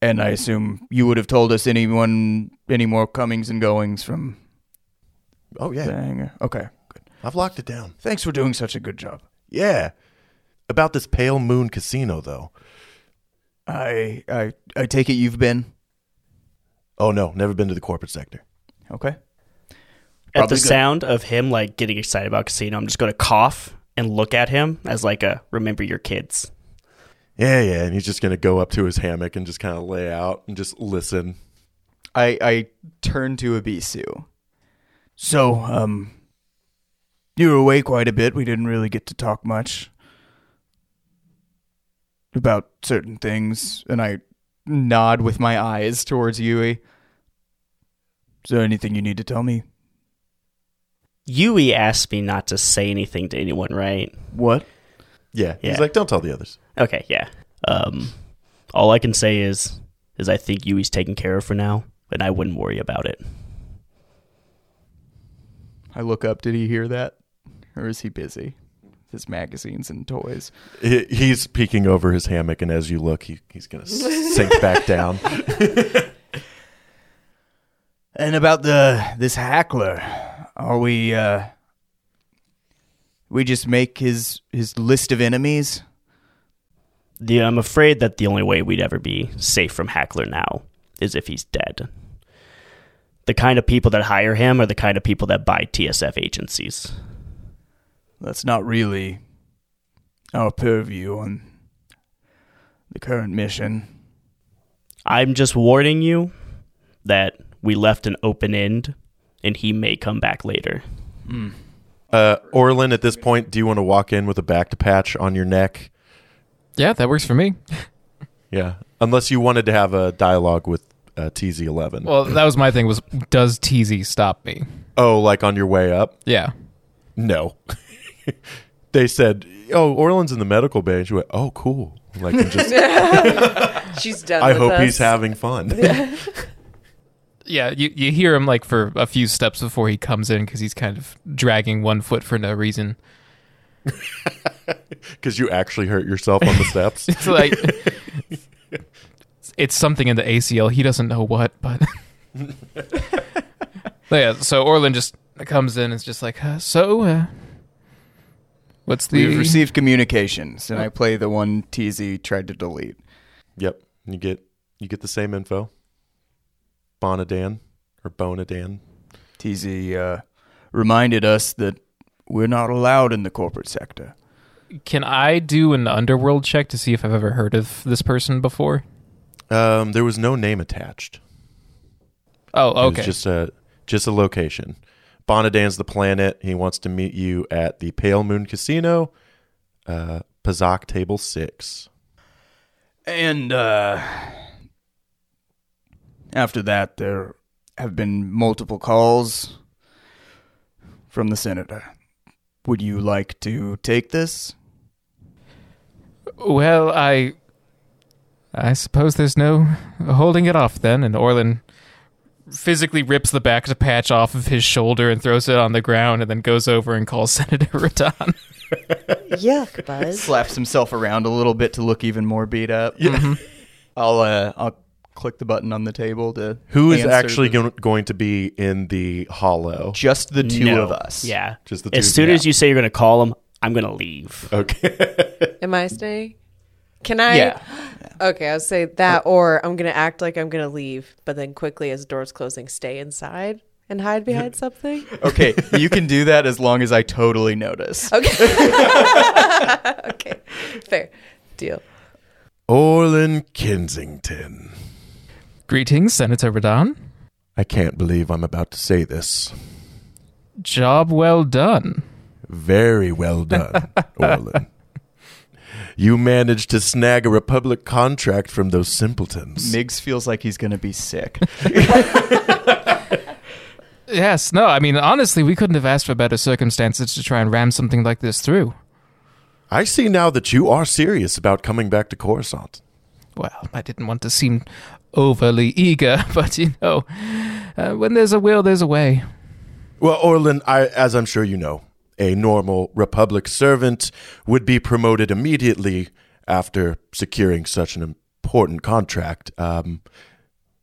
D: And I assume you would have told us anyone any more comings and goings from
A: Oh yeah,
D: the hangar. Okay. Good.
A: I've locked it down.
D: Thanks for doing such a good job.
A: Yeah. About this Pale Moon Casino though.
D: I I I take it you've been
A: Oh no, never been to the corporate sector.
D: okay.
C: At the
D: Probably good.
C: sound of him like getting excited about casino, I'm just going to cough and look at him as like a remember your kids.
A: Yeah, yeah, and he's just gonna go up to his hammock and just kind of lay out and just listen.
D: I I turn to Abisu. So, um, you were away quite a bit. We didn't really get to talk much about certain things, and I nod with my eyes towards Yui. Is there anything you need to tell me?
C: Yui asked me not to say anything to anyone, right?
D: What?
A: Yeah,
C: Yeah.
A: he's like, don't tell the others.
C: Okay, yeah. Um, all I can say is, is I think Yui's taken care of for now, and I wouldn't worry about it.
D: I look up. Did he hear that, or is he busy? with His magazines and toys.
A: He, he's peeking over his hammock, and as you look, he, he's gonna s- sink back down.
D: And about the this hackler, are we uh we just make his his list of enemies?
C: The, I'm afraid that the only way we'd ever be safe from Hackler now is if he's dead. The kind of people that hire him are the kind of people that buy TSF agencies.
D: That's not really our purview on the current mission.
C: I'm just warning you that we left an open end and he may come back later.
D: Hmm.
A: Uh, Orlin, at this point, do you want to walk in with a back to patch on your neck?
E: yeah, that works for me.
A: Yeah, Unless you wanted to have a dialogue with uh, TZ11.
E: Well, that was my thing. Was does TZ stop me?
A: oh, like on your way up?
E: Yeah.
A: No. they said, "Oh, Orland's in the medical bay." And she went, "Oh, cool." Like, and just,
F: She's done.
A: I
F: with
A: hope
F: us.
A: he's having fun.
E: Yeah, you, you hear him like for a few steps before he comes in because he's kind of dragging one foot for no reason.
A: Because you actually hurt yourself on the steps.
E: It's like it's something in the ACL. He doesn't know what, but yeah. So Orlin just comes in and is just like, uh, so uh, what's the
D: We've received communications, and I play the one TZ tried to delete.
A: yep. You get you get the same info. Bonadan or Bonadan.
D: TZ uh, reminded us that we're not allowed in the corporate sector.
E: Can I do an underworld check to see if I've ever heard of this person before?
A: Um, there was no name attached.
E: Oh, okay.
A: It was just a just a location. Bonadan's the planet. He wants to meet you at the Pale Moon Casino, uh, Pazak Table Six.
D: And uh, after that, there have been multiple calls from the senator. Would you like to take this?
E: Well, I I suppose there's no holding it off then, and Orlin physically rips the back to patch off of his shoulder and throws it on the ground and then goes over and calls Senator Radon.
F: Yuck, Buzz.
D: Slaps himself around a little bit to look even more beat up. Mm-hmm. I'll uh, I'll click the button on the table to
A: Who is
D: answer
A: actually
D: the-
A: go- going to be in the hollow?
D: just the two
C: No.
D: of us.
C: Yeah.
A: Just the two
C: as
A: of
C: soon
A: you.
C: as you say you're going to call him, I'm going to leave.
A: Okay.
F: Am I staying? Can I?
D: Yeah.
F: Okay, I'll say that, or I'm gonna act like I'm gonna leave, but then quickly as the doors closing, stay inside and hide behind something.
D: Okay, you can do that as long as I totally notice.
F: Okay. okay. Fair deal.
A: Orlin Kensington.
E: Greetings, Senator Radon.
A: I can't believe I'm about to say this.
E: Job well done.
A: Very well done, Orlin. You managed to snag a Republic contract from those simpletons.
D: Miggs feels like he's gonna be sick.
E: Yes, no, I mean honestly, we couldn't have asked for better circumstances to try and ram something like this through.
A: I see now that you are serious about coming back to Coruscant.
E: Well, I didn't want to seem overly eager, but you know, uh, when there's a will, there's a way.
A: Well, Orlin, I, as I'm sure you know, a normal Republic servant would be promoted immediately after securing such an important contract. Um,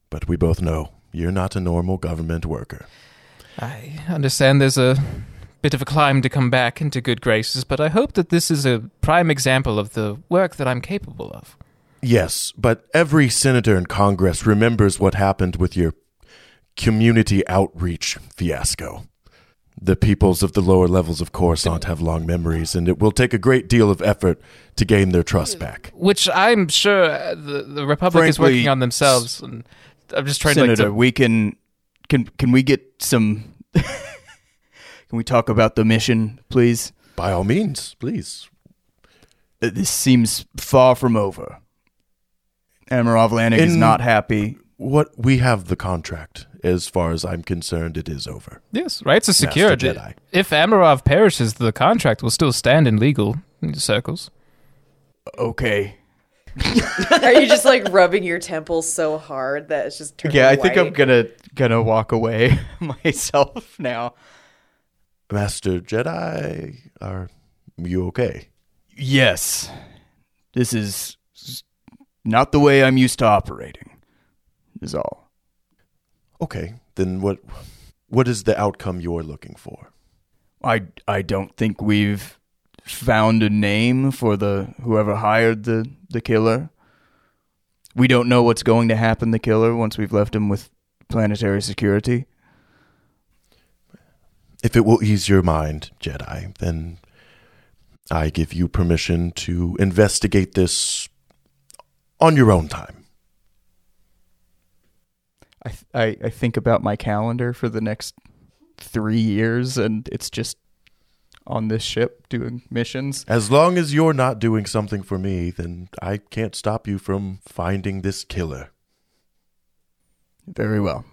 A: but we both know you're not a normal government worker.
E: I understand there's a bit of a climb to come back into good graces, but I hope that this is a prime example of the work that I'm capable of.
A: Yes, but every senator in Congress remembers what happened with your community outreach fiasco. The peoples of the lower levels of Coruscant have long memories, and it will take a great deal of effort to gain their trust back.
E: Which I'm sure uh, the, the Republic is
D: Frankly,
E: working on themselves, and I'm just trying
D: Senator,
E: to, like,
D: we can can can we get some Can we talk about the mission, please?
A: By all means, please.
D: Uh, This seems far from over. Amarov Lanning is
A: In-
D: not happy.
A: What we have the contract. As far as I'm concerned, it is over.
E: to yes, rights are secured.
A: Jedi.
E: If Amarov perishes, the contract will still stand in legal circles.
D: Okay.
F: Are you just like rubbing your temples so hard that it's just turning
D: Yeah, I think I'm
F: white?
D: gonna gonna walk away myself now.
A: Master Jedi, are you okay?
D: Yes. This is s- not the way I'm used to operating. Is all.
A: Okay, then what? What is the outcome you're looking for?
D: I I don't think we've found a name for the whoever hired the the killer. We don't know what's going to happen to killer once we've left him with planetary security.
A: If it will ease your mind, Jedi, then I give you permission to investigate this on your own time.
D: I th- I, I think about my calendar for the next three years, and it's just on this ship doing missions.
A: As long as you're not doing something for me, then I can't stop you from finding this killer.
D: Very well.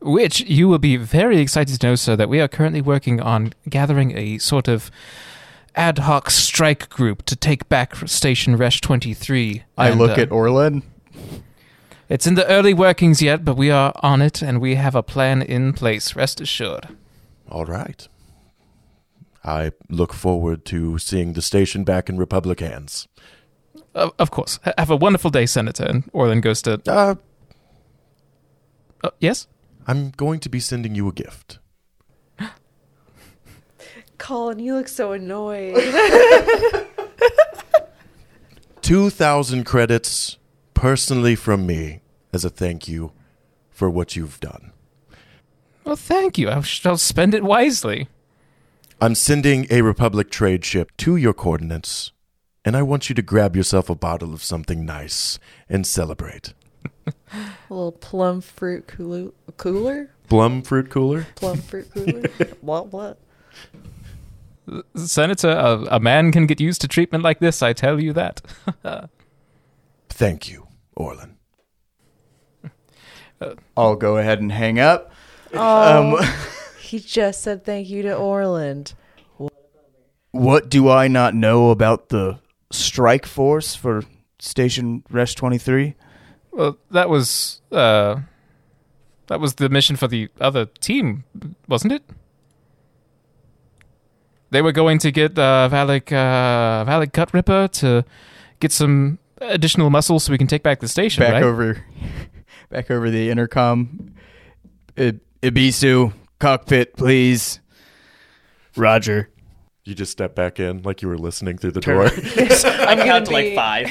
E: Which you will be very excited to know, sir, that we are currently working on gathering a sort of ad hoc strike group to take back Station Resh 23.
D: I
E: And,
D: look
E: uh,
D: at Orlin.
E: It's in the early workings yet, but we are on it and we have a plan in place, rest assured.
A: All right. I look forward to seeing the station back in Republic hands.
E: Of, of course. H- have a wonderful day, Senator. And Orlin goes to.
A: Uh,
E: Uh, yes?
A: I'm going to be sending you a gift.
F: Colin, you look so annoyed.
A: 2,000 credits personally from me as a thank you for what you've done.
E: Well, thank you. I shall spend it wisely.
A: I'm sending a Republic trade ship to your coordinates, and I want you to grab yourself a bottle of something nice and celebrate.
F: little plum fruit coolu- cooler?
A: Blum fruit cooler?
F: Plum fruit cooler? what, what?
E: Senator, a, a man can get used to treatment like this, I tell you that. Uh,
A: Thank you, Orlin.
D: I'll go ahead and hang up. Um,
F: Oh,
C: Um,
F: he just said thank you to Orland.
D: What do I not know about the strike force for Station Resh 23?
E: Well, that was uh, that was the mission for the other team, wasn't it? They were going to get uh, Valak uh, Valak Cut Ripper to get some additional muscle so we can take back the station,
D: Back
E: right?
D: over back over the intercom. I- Ibisu, cockpit, please.
C: Roger.
A: You just step back in like you were listening through the
C: Turn-
A: door.
C: I'm
F: gonna
C: count to like
F: be-
C: five.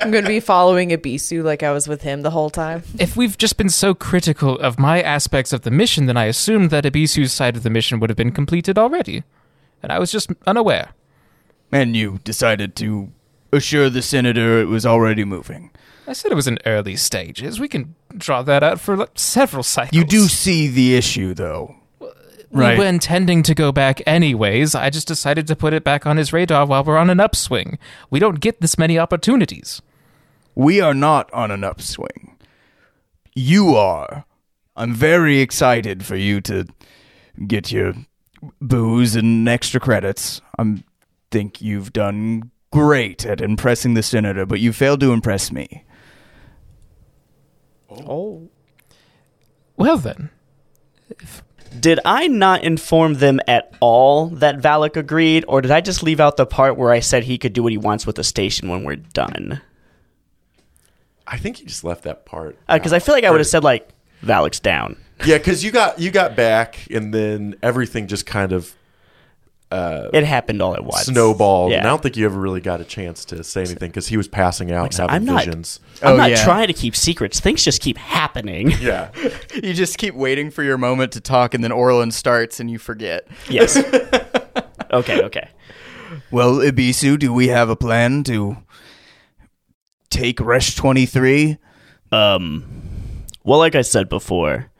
F: I'm going to be following Ibisu like I was with him the whole time.
E: If we've just been so critical of my aspects of the mission, then I assumed that Ibisu's side of the mission would have been completed already, and I was just unaware.
D: And you decided to assure the senator it was already moving.
E: I said it was in early stages. We can draw that out for like, several cycles.
D: You do see the issue, though. Right.
E: We were intending to go back anyways. I just decided to put it back on his radar while we're on an upswing. We don't get this many opportunities.
D: We are not on an upswing. You are. I'm very excited for you to get your booze and extra credits. I think you've done great at impressing the senator, but you failed to impress me.
F: Oh.
E: Well then,
C: Did I not inform them at all that Valak agreed, or did I just leave out the part where I said he could do what he wants with the station when we're done?
A: I think you just left that part.
C: Because Uh, I feel like I would have said like Valak's down.
A: Yeah, because you got you got back, and then everything just kind of uh,
C: It happened all at once.
A: snowballed.
C: Yeah.
A: And I don't think you ever really got a chance to say anything because he was passing out, and
C: said,
A: having
C: I'm not-
A: visions.
C: I'm
D: Oh,
C: not
D: yeah.
C: trying to keep secrets. Things just keep happening.
A: Yeah,
D: You just keep waiting for your moment to talk, and then Orlin starts and you forget.
C: Yes. okay. Okay.
D: Well, Ibisu, do we have a plan to take Resh 23?
C: Um, well, like I said before,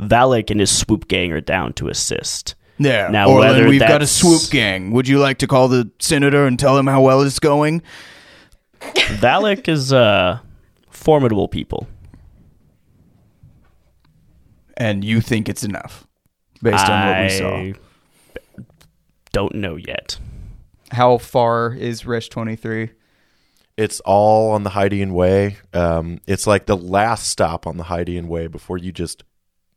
C: Valak and his swoop gang are down to assist.
D: Yeah.
C: Now,
D: Orlin,
C: whether
D: we've got a
C: that's-
D: swoop gang. Would you like to call the senator and tell him how well it's going?
C: Valak is uh formidable people.
D: And you think it's enough based on what we saw.
C: I Don't know yet.
D: How far is Resh 23?
A: it's all on the Hydean Way. Um, it's like the last stop on the Hydean Way before you just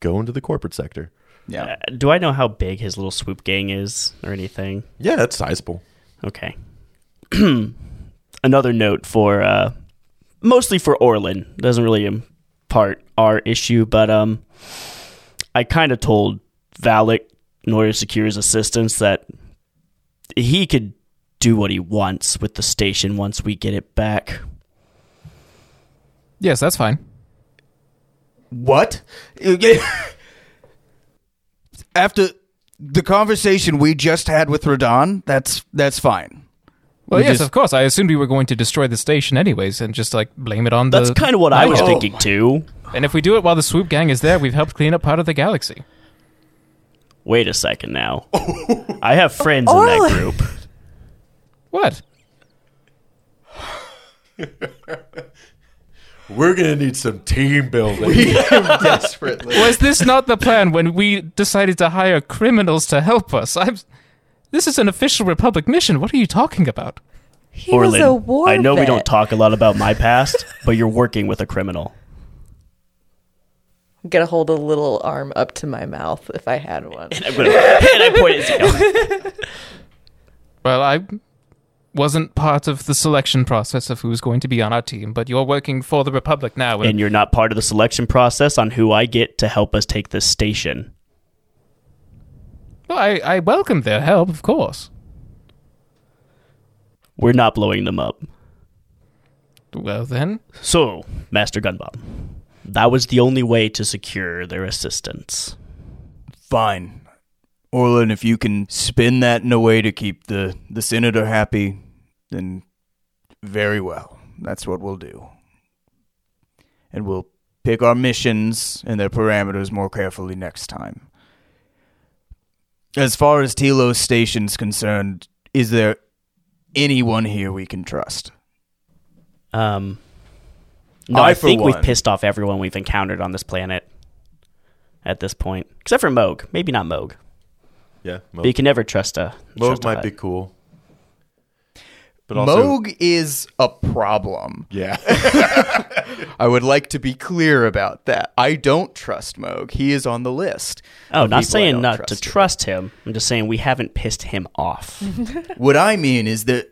A: go into the corporate sector.
D: Yeah.
C: Uh, Do I know how big his little swoop gang is or anything?
A: Yeah, it's sizable.
C: Okay. Another note for uh, mostly for Orlin. Doesn't really impart our issue, but um, I kind of told Valak in order to secure his assistance that he could do what he wants with the station once we get it back.
E: yes, that's fine.
D: What? After the conversation we just had with Radon, that's that's fine.
E: Well,
D: We
E: yes,
D: just-
E: of course. I assumed we were going to destroy the station anyways and just like blame it on the.
C: That's kind of what I was
E: Nigel.
C: thinking too.
E: And if we do it while the swoop gang is there, we've helped clean up part of the galaxy.
C: wait a second now. I have friends in
F: Orlin.
C: that group.
E: What?
A: We're gonna need some team building.
D: desperately.
E: Was this not the plan when we decided to hire criminals to help us? I'm. This is an official Republic mission. What are you talking about?
F: He was
C: Orlin,
F: a war
C: I know we don't
F: vet.
C: talk a lot about my past, but you're working with a criminal.
F: Get a hold of the little arm up to my mouth if I had one.
C: I'm gonna, and I point at Zeke.
E: Well, I wasn't part of the selection process of who was going to be on our team, but you're working for the Republic now. And
C: And you're not part of the selection process on who I get to help us take this station.
E: Well, I, I welcome their help, of course.
C: We're not blowing them up.
E: Well, then.
C: So, Master Gunbomb, that was the only way to secure their assistance.
D: Fine. Orlin, if you can spin that in a way to keep the, the senator happy, then very well. That's what we'll do. And we'll pick our missions and their parameters more carefully next time. As far as Telos Station's concerned, is there anyone here we can trust?
C: Um, no,
D: I,
C: I,
D: for
C: think
D: one-
C: we've pissed off everyone we've encountered on this planet at this point, except for Moog. Maybe not Moog,
A: yeah,
C: but you
A: Moog,
C: can never trust a
A: Moog
C: trust a
A: might
C: hut.
A: be cool, but
D: Moog is a problem.
A: yeah,
D: I would like to be clear about that. I don't trust Moog. He is on the list.
C: Oh,
D: of people I
C: not saying
D: don't
C: not to
D: trust.
C: trust him. I'm just saying we haven't pissed him off.
D: What I mean is that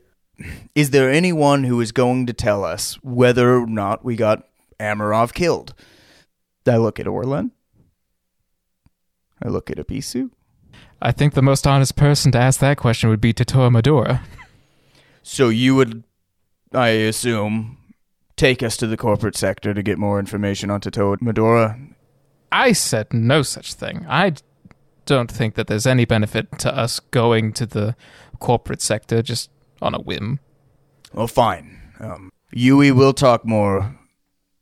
D: is there anyone who is going to tell us whether or not we got Amarov killed? I look at Orlin. I look at Abisu.
E: I think the most honest person to ask that question would be Totoro Madura.
D: So you would, I assume, take us to the corporate sector to get more information on Tatoa Medora.
E: I said no such thing. I d- don't think that there's any benefit to us going to the corporate sector just on a whim.
D: Well, fine. Um, Yui, we'll talk more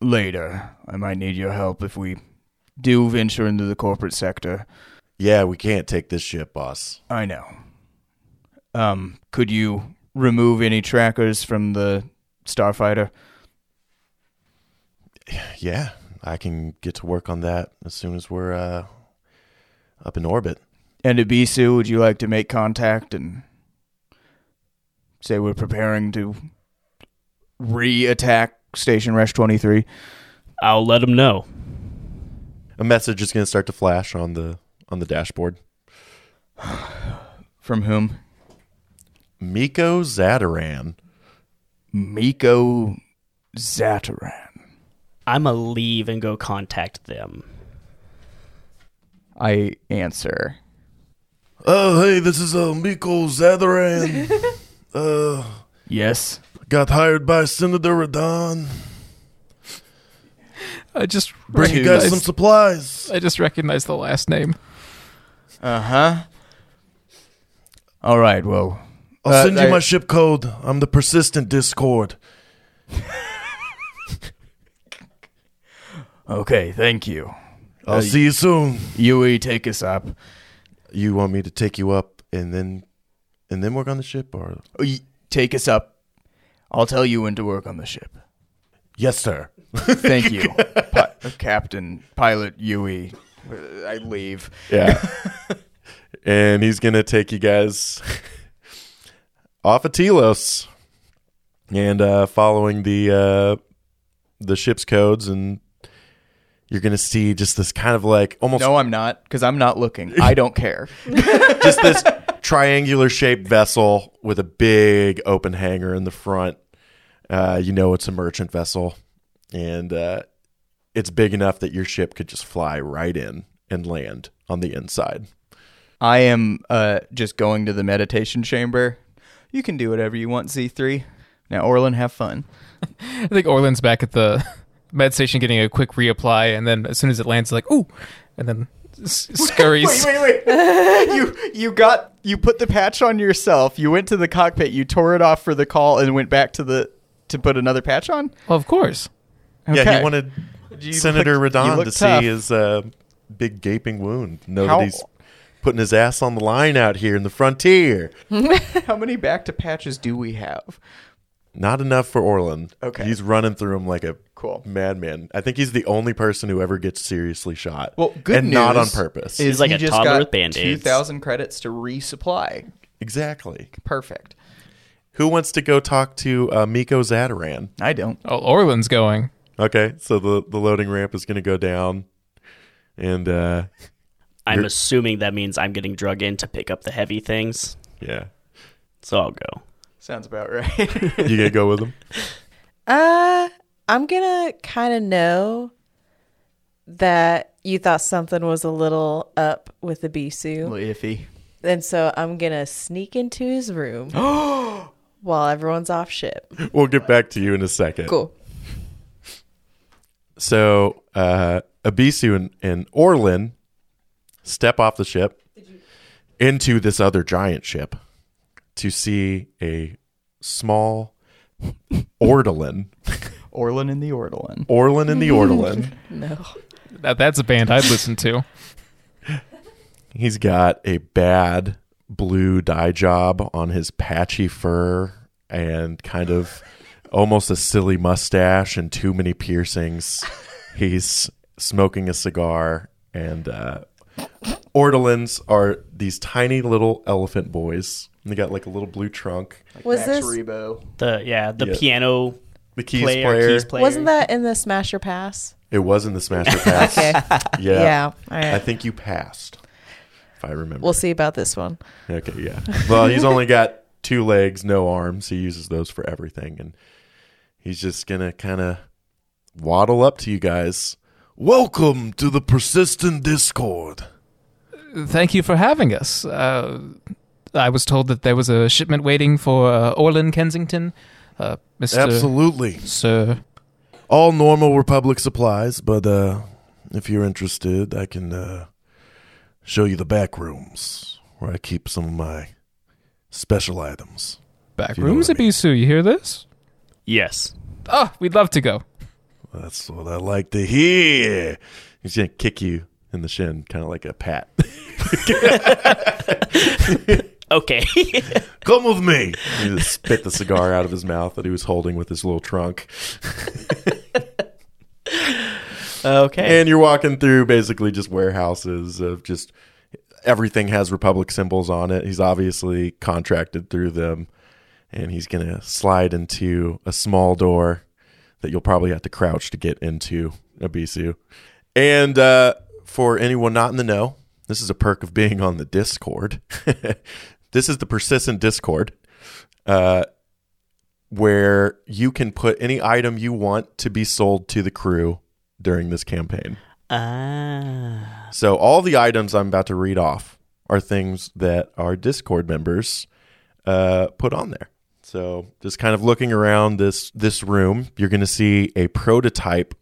D: later. I might need your help if we do venture into the corporate sector.
A: yeah. We can't take this ship, boss.
D: I know. Um, could you remove any trackers from the starfighter?
A: Yeah, I can get to work on that as soon as we're uh, up in orbit.
D: And Ibisu, would you like to make contact and say we're preparing to re-attack Station Rush 23?
C: I'll let him know.
A: A message is gonna start to flash on the on the dashboard.
D: From whom?
A: Miko Zataran.
D: Miko Zataran.
C: I'm going to leave and go contact them.
D: I answer.
A: Oh, hey, this is uh, Miko Zataran. uh,
D: Yes.
A: got hired by Senator Radon.
E: I just
A: Bring you guys some
E: recognize,
A: supplies.
E: I just recognize the last name.
D: Uh huh. All right. Well,
A: I'll
D: Uh,
A: send you
D: I-
A: my ship code. I'm the persistent Discord.
D: okay. Thank you.
A: I'll
D: Uh,
A: see you soon.
D: Yui, take us up.
A: You want me to take you up and then and then work on the ship or
D: Oh, y- Take us up. I'll tell you when to work on the ship.
A: Yes, sir.
D: Thank you, Pi- Captain Pilot Yui. Uh, I leave.
A: Yeah. and he's going to take you guys off of Telos and uh, following the uh, the ship's codes and you're going to see just this kind of like almost
D: No, I'm not, because I'm not looking. I don't care.
A: just this triangular shaped vessel with a big open hangar in the front. Uh, you know it's a merchant vessel and uh, it's big enough that your ship could just fly right in and land on the inside.
D: I am uh, just going to the meditation chamber. You can do whatever you want, Z3. Now, Orlin, have fun.
E: I think Orlin's back at the med station getting a quick reapply, and then as soon as it lands, like, ooh, and then s- scurries.
D: wait, wait. you you got you put the patch on yourself. You went to the cockpit, you tore it off for the call and went back to the to put another patch on?
E: Well, of course.
A: Yeah,
D: Okay.
A: he wanted
D: You
A: Senator
D: look- you
A: Radon E
D: look
A: to
D: tough.
A: see his uh, big gaping wound. Know
D: How-
A: that he's putting his ass on the line out here in the frontier.
D: How many back to patches do we have?
A: Not enough for Orland.
D: Okay.
A: He's running through him like a
D: Cool.
A: madman. I think he's the only person who ever gets seriously shot.
D: Well, good
A: and not on
D: news
A: purpose.
D: Is
C: like
D: he
C: a
D: just
C: toddler
D: got
C: with Band-Aids.
D: 2,000 credits to resupply.
A: exactly.
D: Perfect.
A: Who wants to go talk to uh, Miko Zataran?
D: I don't.
E: Oh, Orland's going.
A: Okay, so the the loading ramp is going to go down, and uh,
C: I'm assuming that means I'm getting drug in to pick up the heavy things.
A: yeah,
C: So I'll go.
D: Sounds about right.
A: you gonna go with him?
F: Uh, I'm gonna kind of know that you thought something was a little up with the
D: A
F: Bisu,
D: little iffy.
F: and so I'm gonna sneak into his room while everyone's off ship.
A: We'll get back to you in a second.
F: Cool.
A: So uh, Abisu and, and Orlin step off the ship into this other giant ship to see a small Ordolin.
D: Orlin and the Orlin.
A: Orlin and the Ordolin.
F: No.
E: That, that's a band I'd listen to.
A: He's got a bad blue dye job on his patchy fur and kind of almost a silly mustache and too many piercings. He's smoking a cigar and uh Ortolans are these tiny little elephant boys. And they got like a little blue trunk.
F: Was
D: Max
F: this-
D: Rebo.
C: The yeah, the
A: Yeah.
C: piano
A: The keys
C: player,
A: player.
C: keys player.
F: Wasn't that in the Smasher Pass?
A: It was in the Smasher Pass.
F: Okay.
A: yeah.
F: All right.
A: I think you passed. If I remember.
F: we'll see about this one.
A: Okay, yeah. Well, he's only got two legs, no arms. He uses those for everything, and he's just gonna kind of waddle up to you guys. Welcome to the persistent discord.
E: Thank you for having us. Uh, I was told that there was a shipment waiting for uh, Orland Kensington. Uh, Mr.
A: Absolutely,
E: Sir.
A: all normal Republic supplies, but uh, if you're interested, I can uh, show you the back rooms where I keep some of my special items.
E: Back
A: You know
E: rooms
A: what I mean.
E: Abisu, you hear this?
C: Yes.
E: Oh, we'd love to go.
A: That's what I like to hear. He's gonna kick you in the shin, kind of like a pat.
C: Okay.
A: Come with me. He just spit the cigar out of his mouth that he was holding with his little trunk.
C: okay.
A: And you're walking through basically just warehouses of just everything has Republic symbols on it. He's obviously contracted through them. And he's going to slide into a small door that you'll probably have to crouch to get into, Abisu. And uh, for anyone not in the know, this is a perk of being on the Discord. this is the persistent Discord. Uh, where you can put any item you want to be sold to the crew during this campaign.
C: Ah.
A: So all the items I'm about to read off are things that our Discord members uh, put on there. So just kind of looking around this this room, you're going to see a prototype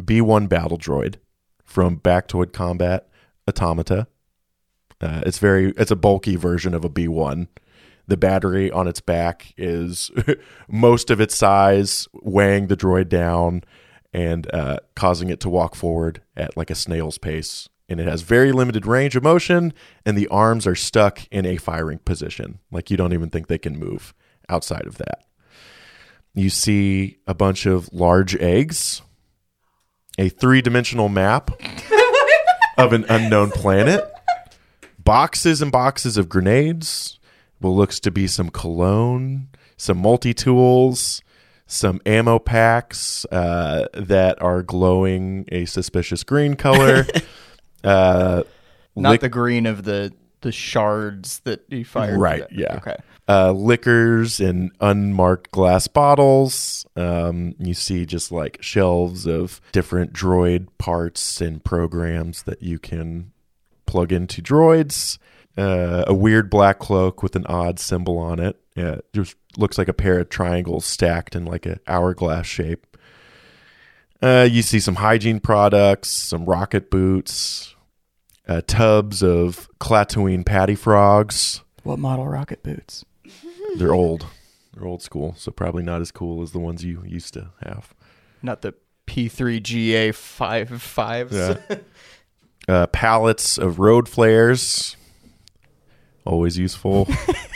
A: B1 battle droid from Bactoid Combat Automata. Uh, it's very it's a bulky version of a B1. The battery on its back is most of its size, weighing the droid down and uh, causing it to walk forward at like a snail's pace. And it has very limited range of motion, and the arms are stuck in a firing position. Like you don't even think they can move outside of that. You see a bunch of large eggs, a three dimensional map of an unknown planet, boxes and boxes of grenades, what looks to be some cologne, some multi tools, some ammo packs uh, that are glowing a suspicious green color. uh,
D: Not
A: lic-
D: the green of the the shards that he fired.
A: Right, yeah.
D: Okay.
A: uh, liquors and unmarked glass bottles. Um, you see just like shelves of different droid parts and programs that you can plug into droids. Uh, a weird black cloak with an odd symbol on it. Yeah, it just looks like a pair of triangles stacked in like an hourglass shape. Uh, you see some hygiene products, some rocket boots, uh, tubs of Clatooine patty frogs.
D: What model rocket boots?
A: They're old. They're old school, so probably not as cool as the ones you used to have.
D: Not the P3GA 55s.
A: uh, pallets of road flares, always useful.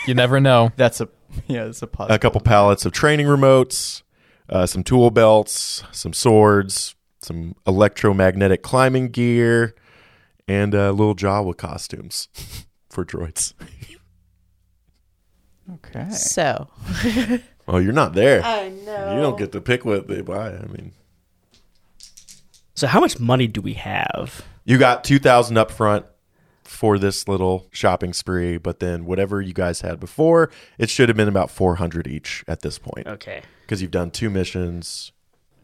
E: You never know.
D: That's a yeah. That's a
A: a
D: positive.
A: couple pallets of training remotes, uh, some tool belts, some swords, some electromagnetic climbing gear, and uh, little Jawa costumes for droids.
D: Okay.
F: So
A: Oh, you're not there.
F: I know
A: You don't get to pick what they buy. I mean,
C: So how much money do we have?
A: you got two thousand up front for this little shopping spree, but then whatever you guys had before, it should have been about four hundred each at this point
C: Okay.
A: because you've done two missions.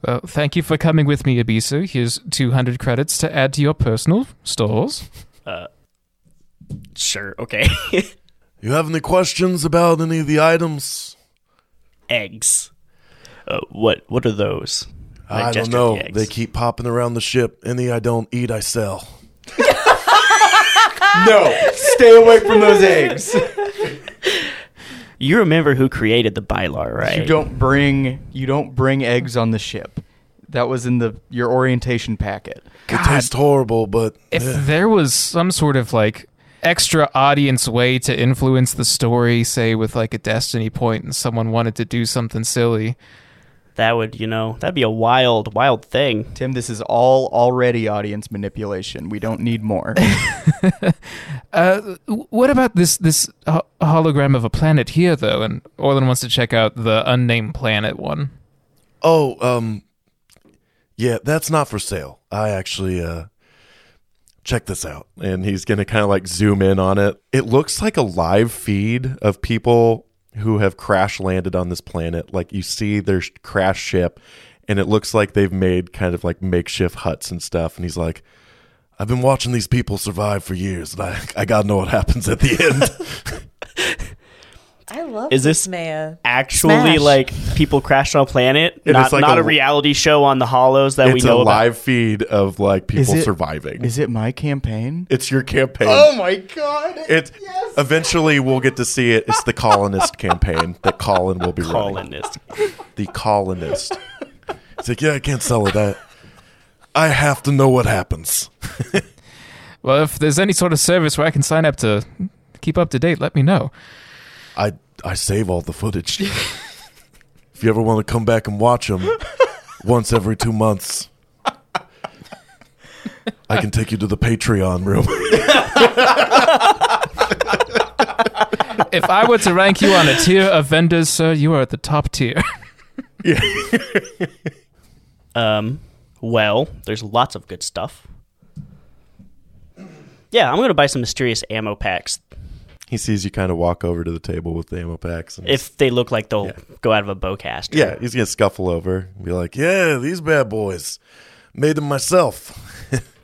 E: Well, Uh, thank you for coming with me, Ibisu. Here's 200 credits to add to your personal stores.
C: uh, Sure. Okay.
A: You have any questions about any of the items?
C: Eggs. Uh, what What are those? I
A: I don't
C: gesture
A: know.
C: at the eggs.
A: They keep popping around the ship. Any I don't eat, I sell.
D: No, stay away from those eggs.
C: You remember who created the bylaw, right?
D: You don't bring you don't bring eggs on the ship. That was in the your orientation packet.
A: It tastes horrible, but
E: If there was some sort of like extra audience way to influence the story, say with like a destiny point and someone wanted to do something silly,
C: That would, you know, that'd be a wild, wild thing.
D: Tim, this is all already audience manipulation. We don't need more.
E: Uh, what about this this ho- hologram of a planet here though? And Orlin wants to check out the unnamed planet one.
A: oh, um, yeah, that's not for sale. I actually uh, check this out, and he's gonna kind of like zoom in on it. It looks like a live feed of people who have crash landed on this planet. Like you see their sh- crash ship, and it looks like they've made kind of like makeshift huts and stuff. And he's like. I've been watching these people survive for years, and I, I gotta know what happens at the end.
F: I love
C: Is
F: this
C: this-
F: man.
C: Actually,
F: Smash.
C: like people crashed on a planet,
A: And
C: not
A: it's like
C: not
A: a-
C: a, reality show on the hollows that we
A: it's a
C: know about.
A: live feed of like people
D: it-
A: surviving.
D: is it my campaign?
A: it's your campaign.
D: Oh my god.
A: It eventually we'll get to see it. It's the colonist campaign that Colin will be running.
C: Colonist.
A: The colonist. It's like, yeah, I can't sell it. I, I have to know what happens.
E: Well, if there's any sort of service where I can sign up to keep up to date, let me know.
A: I I save all the footage. if you ever want to come back and watch them, once every two months, I can take you to the Patreon room.
E: If I were to rank you on a tier of vendors, sir, you are at the top tier.
C: Um, well, there's lots of good stuff. Yeah, I'm gonna buy some mysterious ammo packs.
A: he sees you kind of walk over to the table with the ammo packs. And
C: If they look like they'll go out of a bowcaster.
A: Yeah, he's gonna scuffle over and be like, "Yeah, these bad boys made them myself."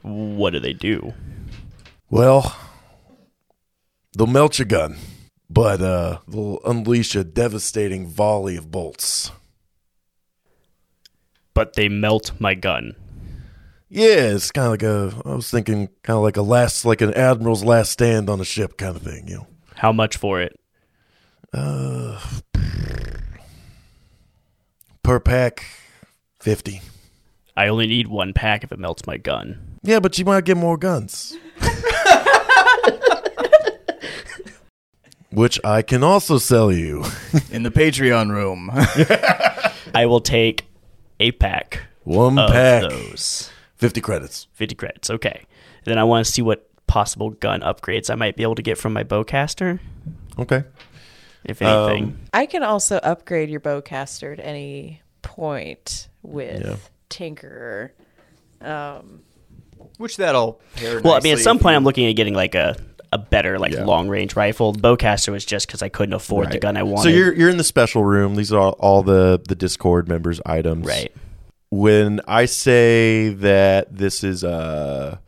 C: What do they do?
A: Well, they'll melt your gun, but uh, they'll unleash a devastating volley of bolts.
C: But they melt my gun.
A: Yeah, it's kind of like a. I was thinking kind of like a last, like an admiral's last stand on a ship kind of thing, you know.
C: How much for it?
A: Uh, per pack, fifty.
C: I only need one pack if it melts my gun.
A: Yeah, but you might get more guns. Which I can also sell you.
D: in the Patreon room.
C: I will take a pack
A: One
C: of
A: pack,
C: those.
A: 50 credits.
C: 50 credits. Okay. Then I want to see what possible gun upgrades I might be able to get from my bowcaster,
A: Okay.
C: if
A: Um,
C: anything.
F: I can also upgrade your bowcaster at any point with
A: Yeah.
F: Tinkerer. Um,
D: Which that'll pair
C: well, I mean, at
D: nicely
C: some
D: if
C: point,
D: you-
C: I'm looking at getting like a, a better like
A: Yeah.
C: long range rifle. Bowcaster was just because I couldn't afford the gun I wanted.
A: So you're you're in the special room. These are all, all the the Discord members' items.
C: right.
A: When I say that this is a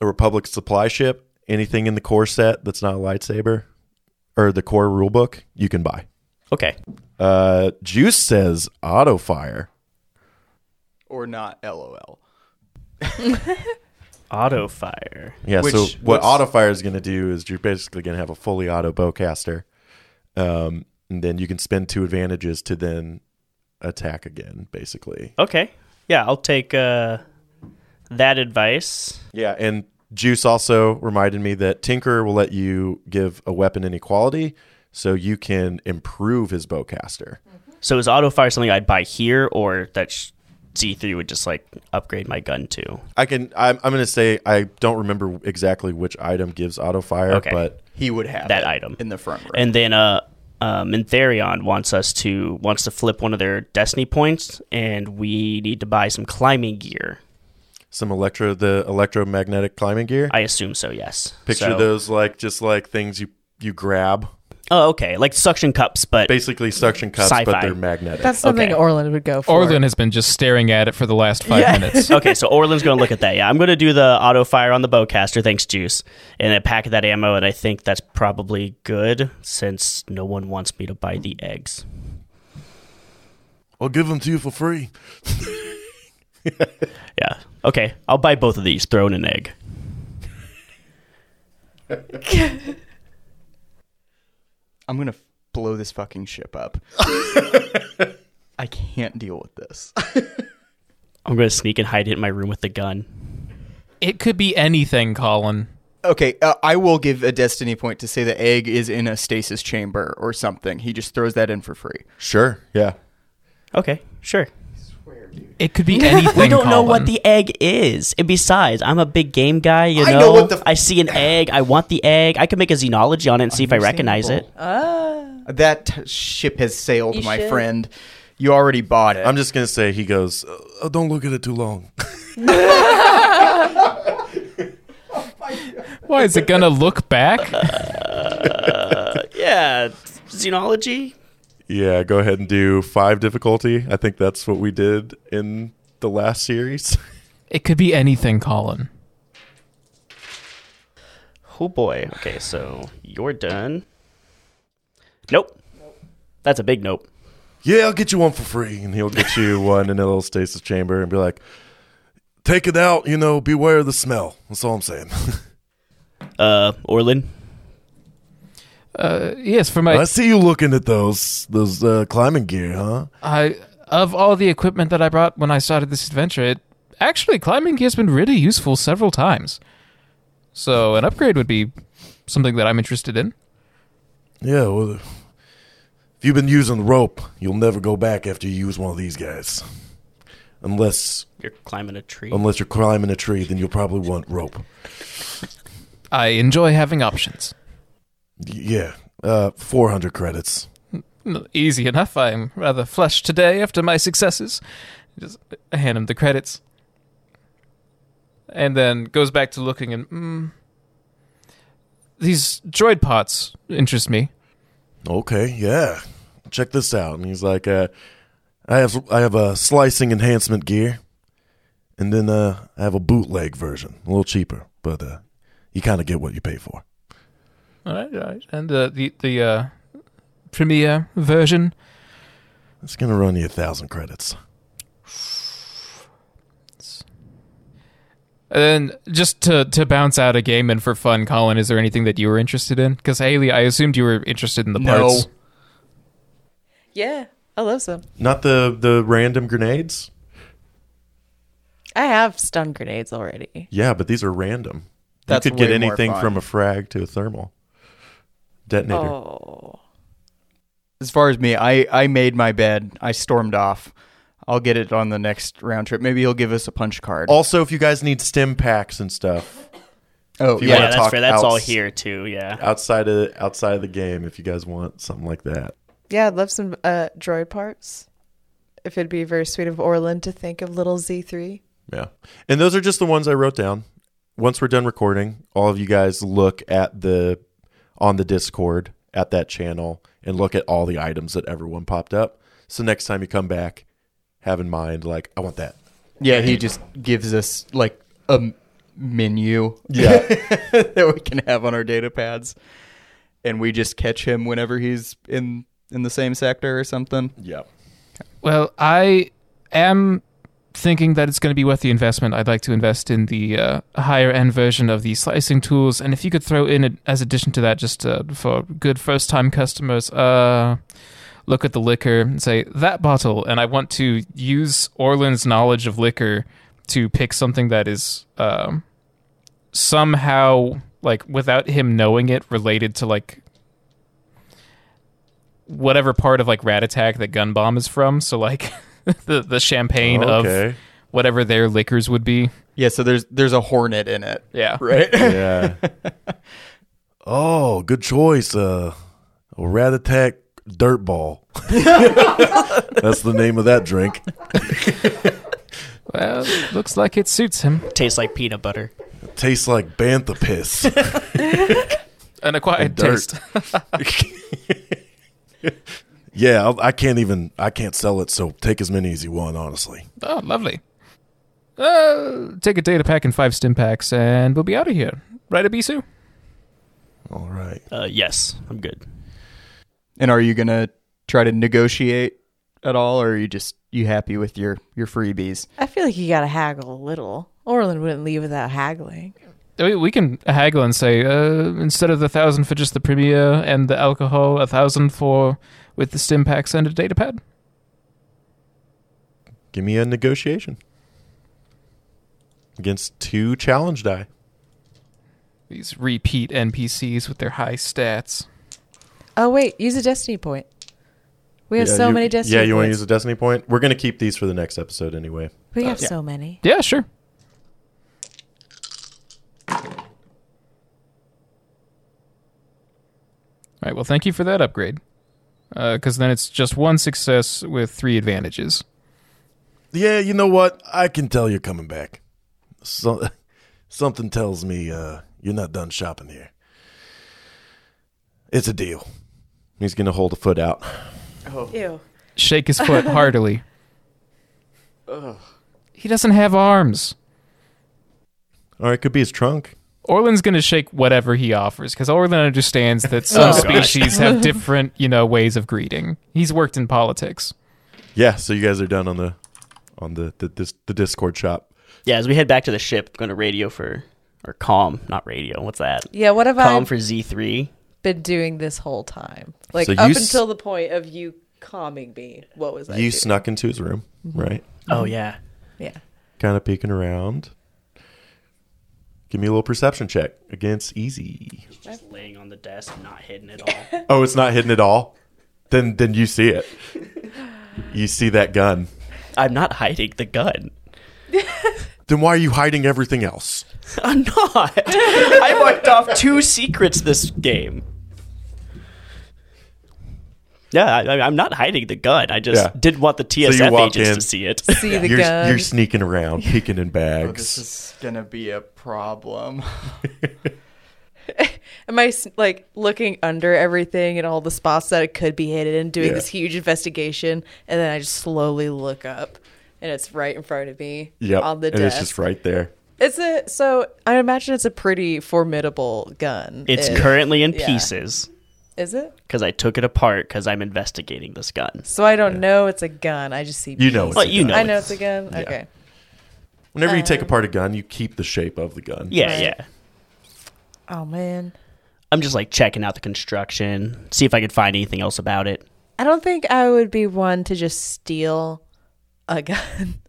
A: a Republic supply ship, anything in the core set that's not a lightsaber or the core rulebook, you can buy.
C: Okay.
A: Uh, Juice says auto fire.
D: or not LOL.
C: Auto fire.
A: Yeah.
D: Which-
A: so what
D: what's-
A: autofire is going to do is you're basically going to have a fully auto bowcaster, um, and then you can spend two advantages to then attack again, basically.
C: Okay. Yeah, I'll take uh, that advice.
A: Yeah, and Juice also reminded me that Tinker will let you give a weapon inequality, so you can improve his bowcaster.
C: So is auto fire something I'd buy here, or that sh- Z3 would just like upgrade my gun to?
A: I can. I'm, I'm going to say I don't remember exactly which item gives auto fire,
C: Okay.
A: but
D: He would have
C: That
D: it
C: item.
D: in the front row.
C: And then uh, um, Mintherion wants us to wants to flip one of their destiny points, and we need to buy some climbing gear.
A: some electro the electromagnetic climbing gear.
C: I assume so. Yes.
A: Picture
C: So-
A: those like just like things you you grab,
C: Oh, okay. Like suction cups, but
A: basically suction cups, but
C: Sci-fi.
A: they're magnetic.
F: That's something
C: Okay.
F: Orland would go for.
E: Orlin has been just staring at it for the last five minutes.
C: okay. So Orland's going to look at that. Yeah, I'm going to do the auto fire on the bowcaster. Thanks, Juice, and a pack of that ammo. And I think that's probably good since no one wants me to buy the eggs.
A: I'll give them to you for free.
C: Yeah. Okay. I'll buy both of these. Throw in an egg.
D: I'm gonna f- blow this fucking ship up. I can't deal with this.
C: I'm going to sneak and hide it in my room with the gun.
E: It could be anything, Colin.
D: Okay, uh, I will give a destiny point to say the egg is in a stasis chamber or something. He just throws that in for free.
A: Sure. Yeah.
C: Okay. Sure.
E: It could be anything.
C: We don't know
E: Colin.
C: what the egg is. And besides, I'm a big game guy, you know.
D: I
C: I,
D: know what the f-
C: see an egg, I want the egg. I could make a xenology on it and see if I recognize it.
D: That t- ship has sailed,
F: You
D: my
F: should.
D: friend. You already bought it.
A: I'm just gonna say he goes. "Uh, don't look at it too long.
E: Why is it gonna look back?
C: Uh, Yeah, xenology.
A: yeah. Go ahead and do five difficulty. I think that's what we did in the last series.
E: It could be anything, Colin.
C: Oh boy. Okay, so you're done. Nope. That's a big nope.
A: yeah, I'll get you one for free, and he'll get you one in a little stasis chamber, and be like, take it out. You know, beware of the smell. That's all I'm saying.
C: Uh, Orlin.
E: Uh, yes, for my
A: I see you looking at those those uh, climbing gear, huh?
E: I of all the equipment that I brought when I started this adventure, it actually climbing gear has been really useful several times. So an upgrade would be something that I'm interested in.
A: Yeah, well, if you've been using the rope, you'll never go back after you use one of these guys. Unless
C: You're climbing a tree.
A: unless you're climbing a tree, then you'll probably want rope.
E: I enjoy having options.
A: Y- yeah, uh, 400 credits.
E: N- Easy enough. I'm rather flushed today after my successes. Just hand him the credits, and then goes back to looking and mm, these droid pots interest me.
A: Okay, yeah. Check this out. And he's like, uh, I have I have a slicing enhancement gear, and then uh, I have a bootleg version, a little cheaper, but uh, you kind of get what you pay for.
E: All right, all right. And uh, the the uh, premiere version
A: It's gonna run you a thousand credits.
E: And then just to to bounce out a game and for fun, Colin, is there anything that you were interested in? Because Haley, I assumed you were interested in the
D: No.
E: parts.
F: yeah, I love them.
A: Not the the random grenades.
F: I have stun grenades already.
A: Yeah, but these are random.
D: That's
A: you could get
D: way more
A: anything
D: fun.
A: from a frag to a thermal detonator.
F: Oh,
D: as far as me, I, I made my bed. I stormed off. I'll get it on the next round trip. Maybe he'll give us a punch card.
A: Also, if you guys need stim packs and stuff
D: oh,
A: you
C: yeah,
A: wanna
C: that's
A: talk
C: fair. That's all
A: outs-
C: here too. Yeah.
A: outside of outside of the game, if you guys want something like that,
F: yeah, I'd love some uh, droid parts. If it'd be very sweet of Orland to think of little Z three.
A: yeah. And those are just the ones I wrote down. Once we're done recording, all of you guys look at the on the Discord at that channel and look at all the items that everyone popped up. So next time you come back, have in mind like I want that.
D: yeah, he just gives us like a m- menu
A: Yeah.
D: that we can have on our data pads, and we just catch him whenever he's in in the same sector or something.
A: yeah.
E: Well, I am thinking that it's going to be worth the investment. I'd like to invest in the uh, higher end version of the slicing tools, and if you could throw in a, as addition to that, just uh, for good first time customers, uh, look at the liquor and say that bottle, and I want to use Orland's knowledge of liquor to pick something that is um, somehow like without him knowing it related to like whatever part of like rat attack that gun bomb is from so like the the champagne of
A: Okay.
E: whatever their liquors would be
D: Yeah, so there's there's a hornet in it.
E: yeah
D: Right?
A: Yeah. oh, good choice. Uh, Rat Attack Dirtball. That's the name of that drink.
E: well looks like it suits him
C: Tastes like peanut butter.
A: Tastes like bantha piss.
E: an acquired
A: dirt.
E: taste
A: yeah, I'll, I can't even. I can't sell it. So take as many as you want. Honestly.
E: oh lovely uh, take a data pack and five stim packs and we'll be out of here right abisu
A: All right.
C: Uh, yes, I'm good.
D: And are you gonna try to negotiate at all, or are you just you happy with your your freebies?
F: I feel like you gotta haggle a little. Orland wouldn't leave without haggling.
E: We, we can haggle and say uh, instead of the thousand for just the premier and the alcohol, a thousand for with the stim packs and a data pad.
A: Give me a negotiation against two challenge die.
E: These repeat NPCs with their high stats.
F: Oh wait, use a destiny point. We have
A: Yeah,
F: so
A: you-
F: many destiny.
A: Yeah, you want to
F: points.
A: use a destiny point? We're gonna keep these for the next episode anyway.
F: We have
D: Yeah.
F: so many.
E: Yeah, sure. All right. Well, thank you for that upgrade. Because then it's just one success with three advantages.
A: Yeah, you know what? I can tell you're coming back. So, something tells me uh, you're not done shopping here. It's a deal. He's gonna hold a foot out.
F: Ew.
E: Shake his foot heartily. He doesn't have arms.
A: Or it could be his trunk.
E: Orland's going to shake whatever he offers because Orland understands that some
C: Oh, gosh.
E: species have different, you know, ways of greeting. He's worked in politics.
A: Yeah. So you guys are done on the on the the, this, the Discord shop.
C: Yeah, as we head back to the ship, going to radio for or calm, not radio. What's that?
F: Yeah, what have
C: Calm
F: I
C: for Z three.
F: been doing this whole time? Like
A: So you
F: up
A: s-
F: until the point of you calming me. What was I?
A: you
F: doing?
A: snuck into his room,
F: Mm-hmm.
A: right?
C: Oh yeah.
F: Yeah.
A: Kind of peeking around. Give me a little perception check against easy.
C: Just laying on the desk, not hidden at all.
A: Oh, it's not hidden at all. Then then you see it. You see that gun.
C: I'm not hiding the gun.
A: Then why are you hiding everything else?
C: I'm not. I marked off two secrets this game. Yeah, I, I- I'm not hiding the gun. I just
A: Yeah.
C: didn't want the
A: you
C: TSF
A: walk
C: agents
A: in.
C: to see it.
F: See the
A: you're,
F: gun. Oh,
A: you're sneaking around, peeking in bags.
D: This is gonna be a problem.
F: Am I s- like looking under everything and all the spots that it could be hidden and doing
A: Yeah.
F: this huge investigation? And then I just slowly look up and it's right in front of me
A: yep.
F: on the
A: and
F: desk.
A: it's just right there.
F: It's a so I imagine it's a pretty formidable gun.
C: It's
F: It-
C: currently in
F: yeah.
C: pieces
F: Is it?
C: because I took it apart because I'm investigating this gun.
F: So I don't know it's a gun. I just see.
A: You know
F: pieces.
A: it's
C: Well,
A: a
C: you
A: gun.
C: know
F: I know it's a gun.
A: yeah.
F: Okay.
A: Whenever you
F: Uh,
A: take apart a gun, you keep the shape of the gun.
C: Yeah,
F: Right.
C: yeah.
F: Oh man,
C: I'm just like checking out the construction, see if I could find anything else about it.
F: I don't think I would be one to just steal a gun,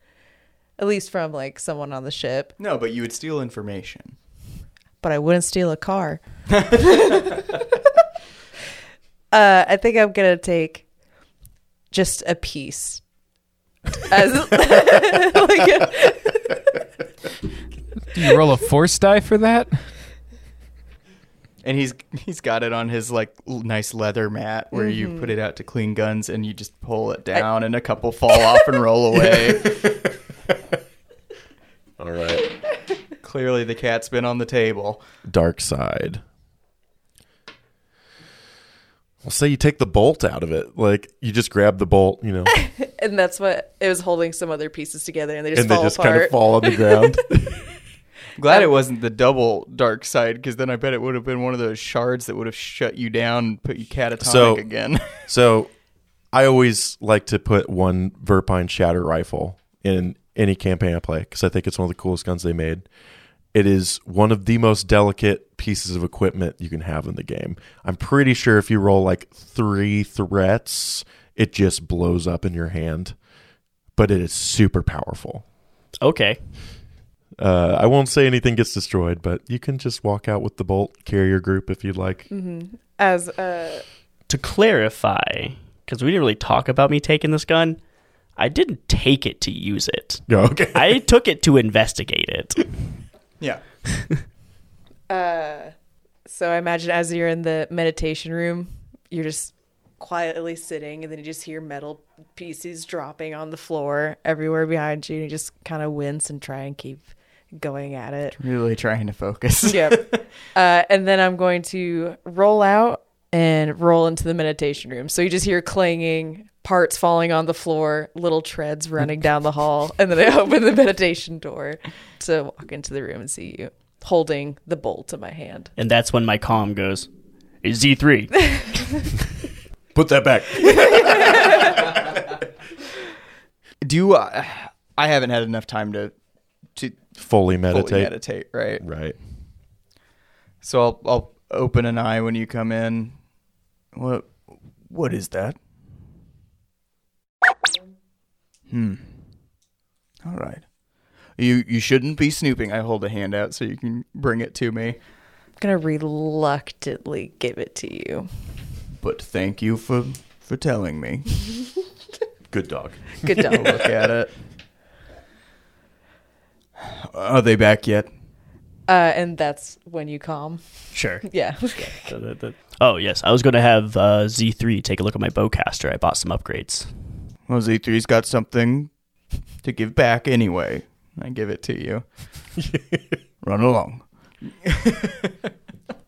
F: at least from like someone on the ship.
D: no, but you would steal information.
F: but I wouldn't steal a car. uh, I think I'm gonna take just a piece. As like,
E: Do you roll a force die for that?
D: And he's he's got it on his like l- nice leather mat where you put it out to clean guns and you just pull it down and a couple fall off and roll away.
A: All right.
D: Clearly the cat's been on the table.
A: Dark side. Well, say you take the bolt out of it. Like, you just grab the bolt, you know,
F: and that's what it was holding some other pieces together, and they just
A: and they
F: fall
A: just
F: apart.
A: kind of fall on the ground.
D: Glad it wasn't the double dark side, because then I bet it would have been one of those shards that would have shut you down and put you catatonic
A: So-
D: again.
A: So I always like to put one Verpine Shatter rifle in any campaign I play because I think it's one of the coolest guns they made. It is one of the most delicate pieces of equipment you can have in the game. I'm pretty sure if you roll like three threats, it just blows up in your hand, but it is super powerful.
C: Okay.
A: Uh, I won't say anything gets destroyed, but you can just walk out with the bolt carrier group if you'd like.
F: As uh,
C: to clarify, because we didn't really talk about me taking this gun, I didn't take it to use it.
A: Yeah, okay.
C: I took it to investigate it.
D: Yeah.
F: uh, so I imagine as you're in the meditation room, you're just quietly sitting, and then you just hear metal pieces dropping on the floor everywhere behind you. And you just kind of wince and try and keep going at it.
D: Really trying to focus.
F: yep. Uh, and then I'm going to roll out and roll into the meditation room. So you just hear clanging, parts falling on the floor, little treads running down the hall. And then I open the meditation door to walk into the room and see you holding the bolt in my hand.
C: And that's when my calm goes, Z3.
A: Put that back.
D: Do you, uh, I haven't had enough time to to
A: Fully
D: fully
A: meditate.
D: meditate, right?
A: Right.
D: So I'll I'll open an eye when you come in. What what is that? Hmm. All right. You you shouldn't be snooping. I hold a hand out so you can bring it to me.
F: I'm going to reluctantly give it to you.
D: But thank you for for telling me.
A: Good dog.
F: Good
D: I'll
F: dog.
D: look at it. Are they back yet?
F: uh, and that's when you calm.
C: sure.
F: Yeah.
C: Oh, yes. I was going to have uh, Z3 take a look at my bowcaster. I bought some upgrades.
D: Well, Z3's E got something to give back anyway. I give it to you. Run along.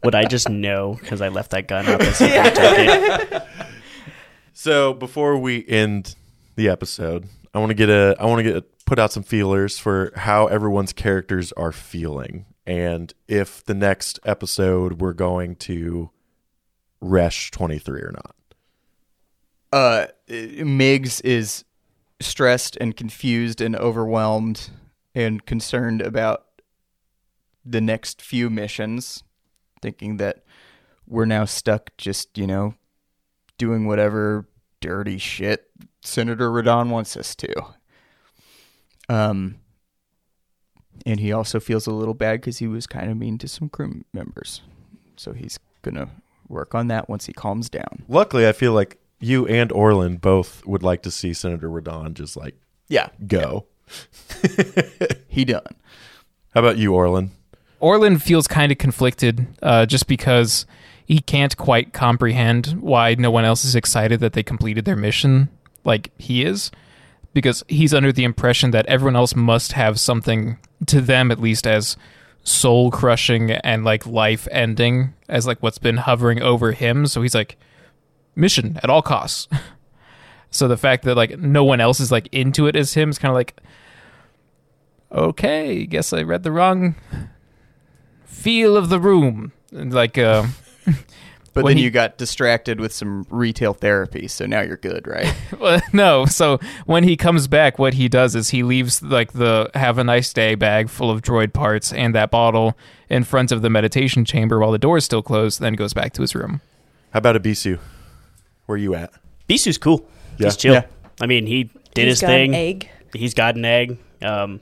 C: Would I just know because I left that gun up? And somebody took it?
A: So before we end the episode, I want to get a I want to get put out some feelers for how everyone's characters are feeling and if the next episode we're going to Resh 23 or not.
D: Uh, Miggs is stressed and confused and overwhelmed and concerned about the next few missions, thinking that we're now stuck just, you know, doing whatever dirty shit Senator Radon wants us to. Um, and he also feels a little bad because he was kind of mean to some crew members. So he's going to work on that once he calms down.
A: Luckily, I feel like you and Orlin both would like to see Senator Radon just like
D: Yeah.
A: go.
D: He done.
A: How about you, Orlin?
E: Orlin feels kind of conflicted uh, just because he can't quite comprehend why no one else is excited that they completed their mission like he is, because he's under the impression that everyone else must have something to them, at least as soul crushing and like life ending, as like what's been hovering over him. So he's like, mission at all costs. so the fact that like no one else is like into it as him is kind of like, okay, guess I read the wrong feel of the room. Like, uh,
D: But
E: When
D: then
E: he-
D: you got distracted with some retail therapy, so now you're good, right?
E: well, no. So when he comes back, what he does is he leaves like the "Have a nice day" bag full of droid parts and that bottle in front of the meditation chamber while the door is still closed. Then goes back to his room.
A: How about Abisu? Where you at?
C: Bisu's cool.
A: Yeah.
C: He's chill.
D: Yeah.
C: I mean, he did
F: He's
C: his
F: got
C: thing.
F: An egg.
C: he's got an egg. Um,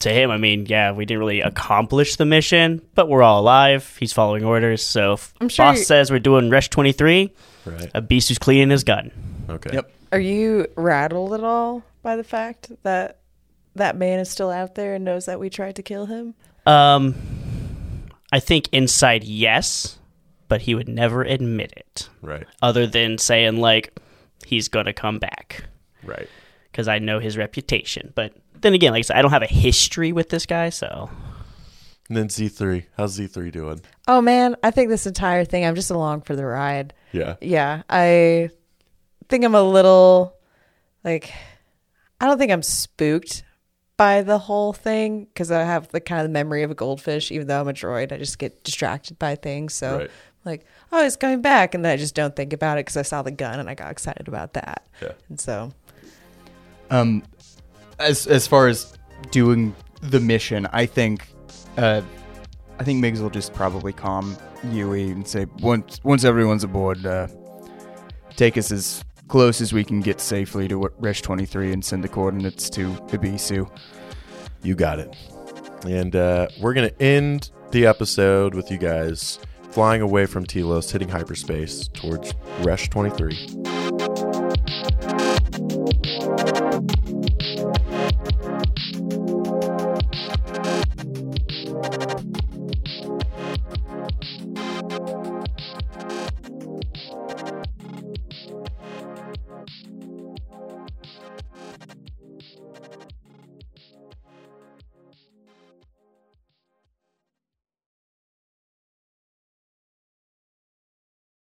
C: to him, I mean, yeah, we didn't really accomplish the mission, but we're all alive. He's following orders. So if
F: I'm sure
C: boss
F: you-
C: says we're doing Resh 23,
A: Right.
C: a beast who's cleaning his gun.
A: Okay.
D: Yep.
F: Are you rattled at all by the fact that that man is still out there and knows that we tried to kill him?
C: Um, I think inside, yes, but he would never admit it
A: Right.
C: other than saying, like, he's going to come back
A: Right.
C: because I know his reputation. But then again, like I said, I don't have a history with this guy, so.
A: And then Z3. How's Z3 doing?
F: Oh man, I think this entire thing, I'm just along for the ride.
A: Yeah.
F: Yeah, I think I'm a little like, I don't think I'm spooked by the whole thing because I have the kind of memory of a goldfish, even though I'm a droid. I just get distracted by things. So,
A: Right.
F: like, oh, it's coming back. And then I just don't think about it because I saw the gun and I got excited about that.
A: Yeah.
F: And so,
D: Um, as as far as doing the mission, I think, uh, I think Miggs will just probably calm Yui and say once once everyone's aboard, uh, take us as close as we can get safely to Resh 23 and send the coordinates to Ibisu.
A: You got it. And uh, we're going to end the episode with you guys flying away from Telos, hitting hyperspace towards Resh 23.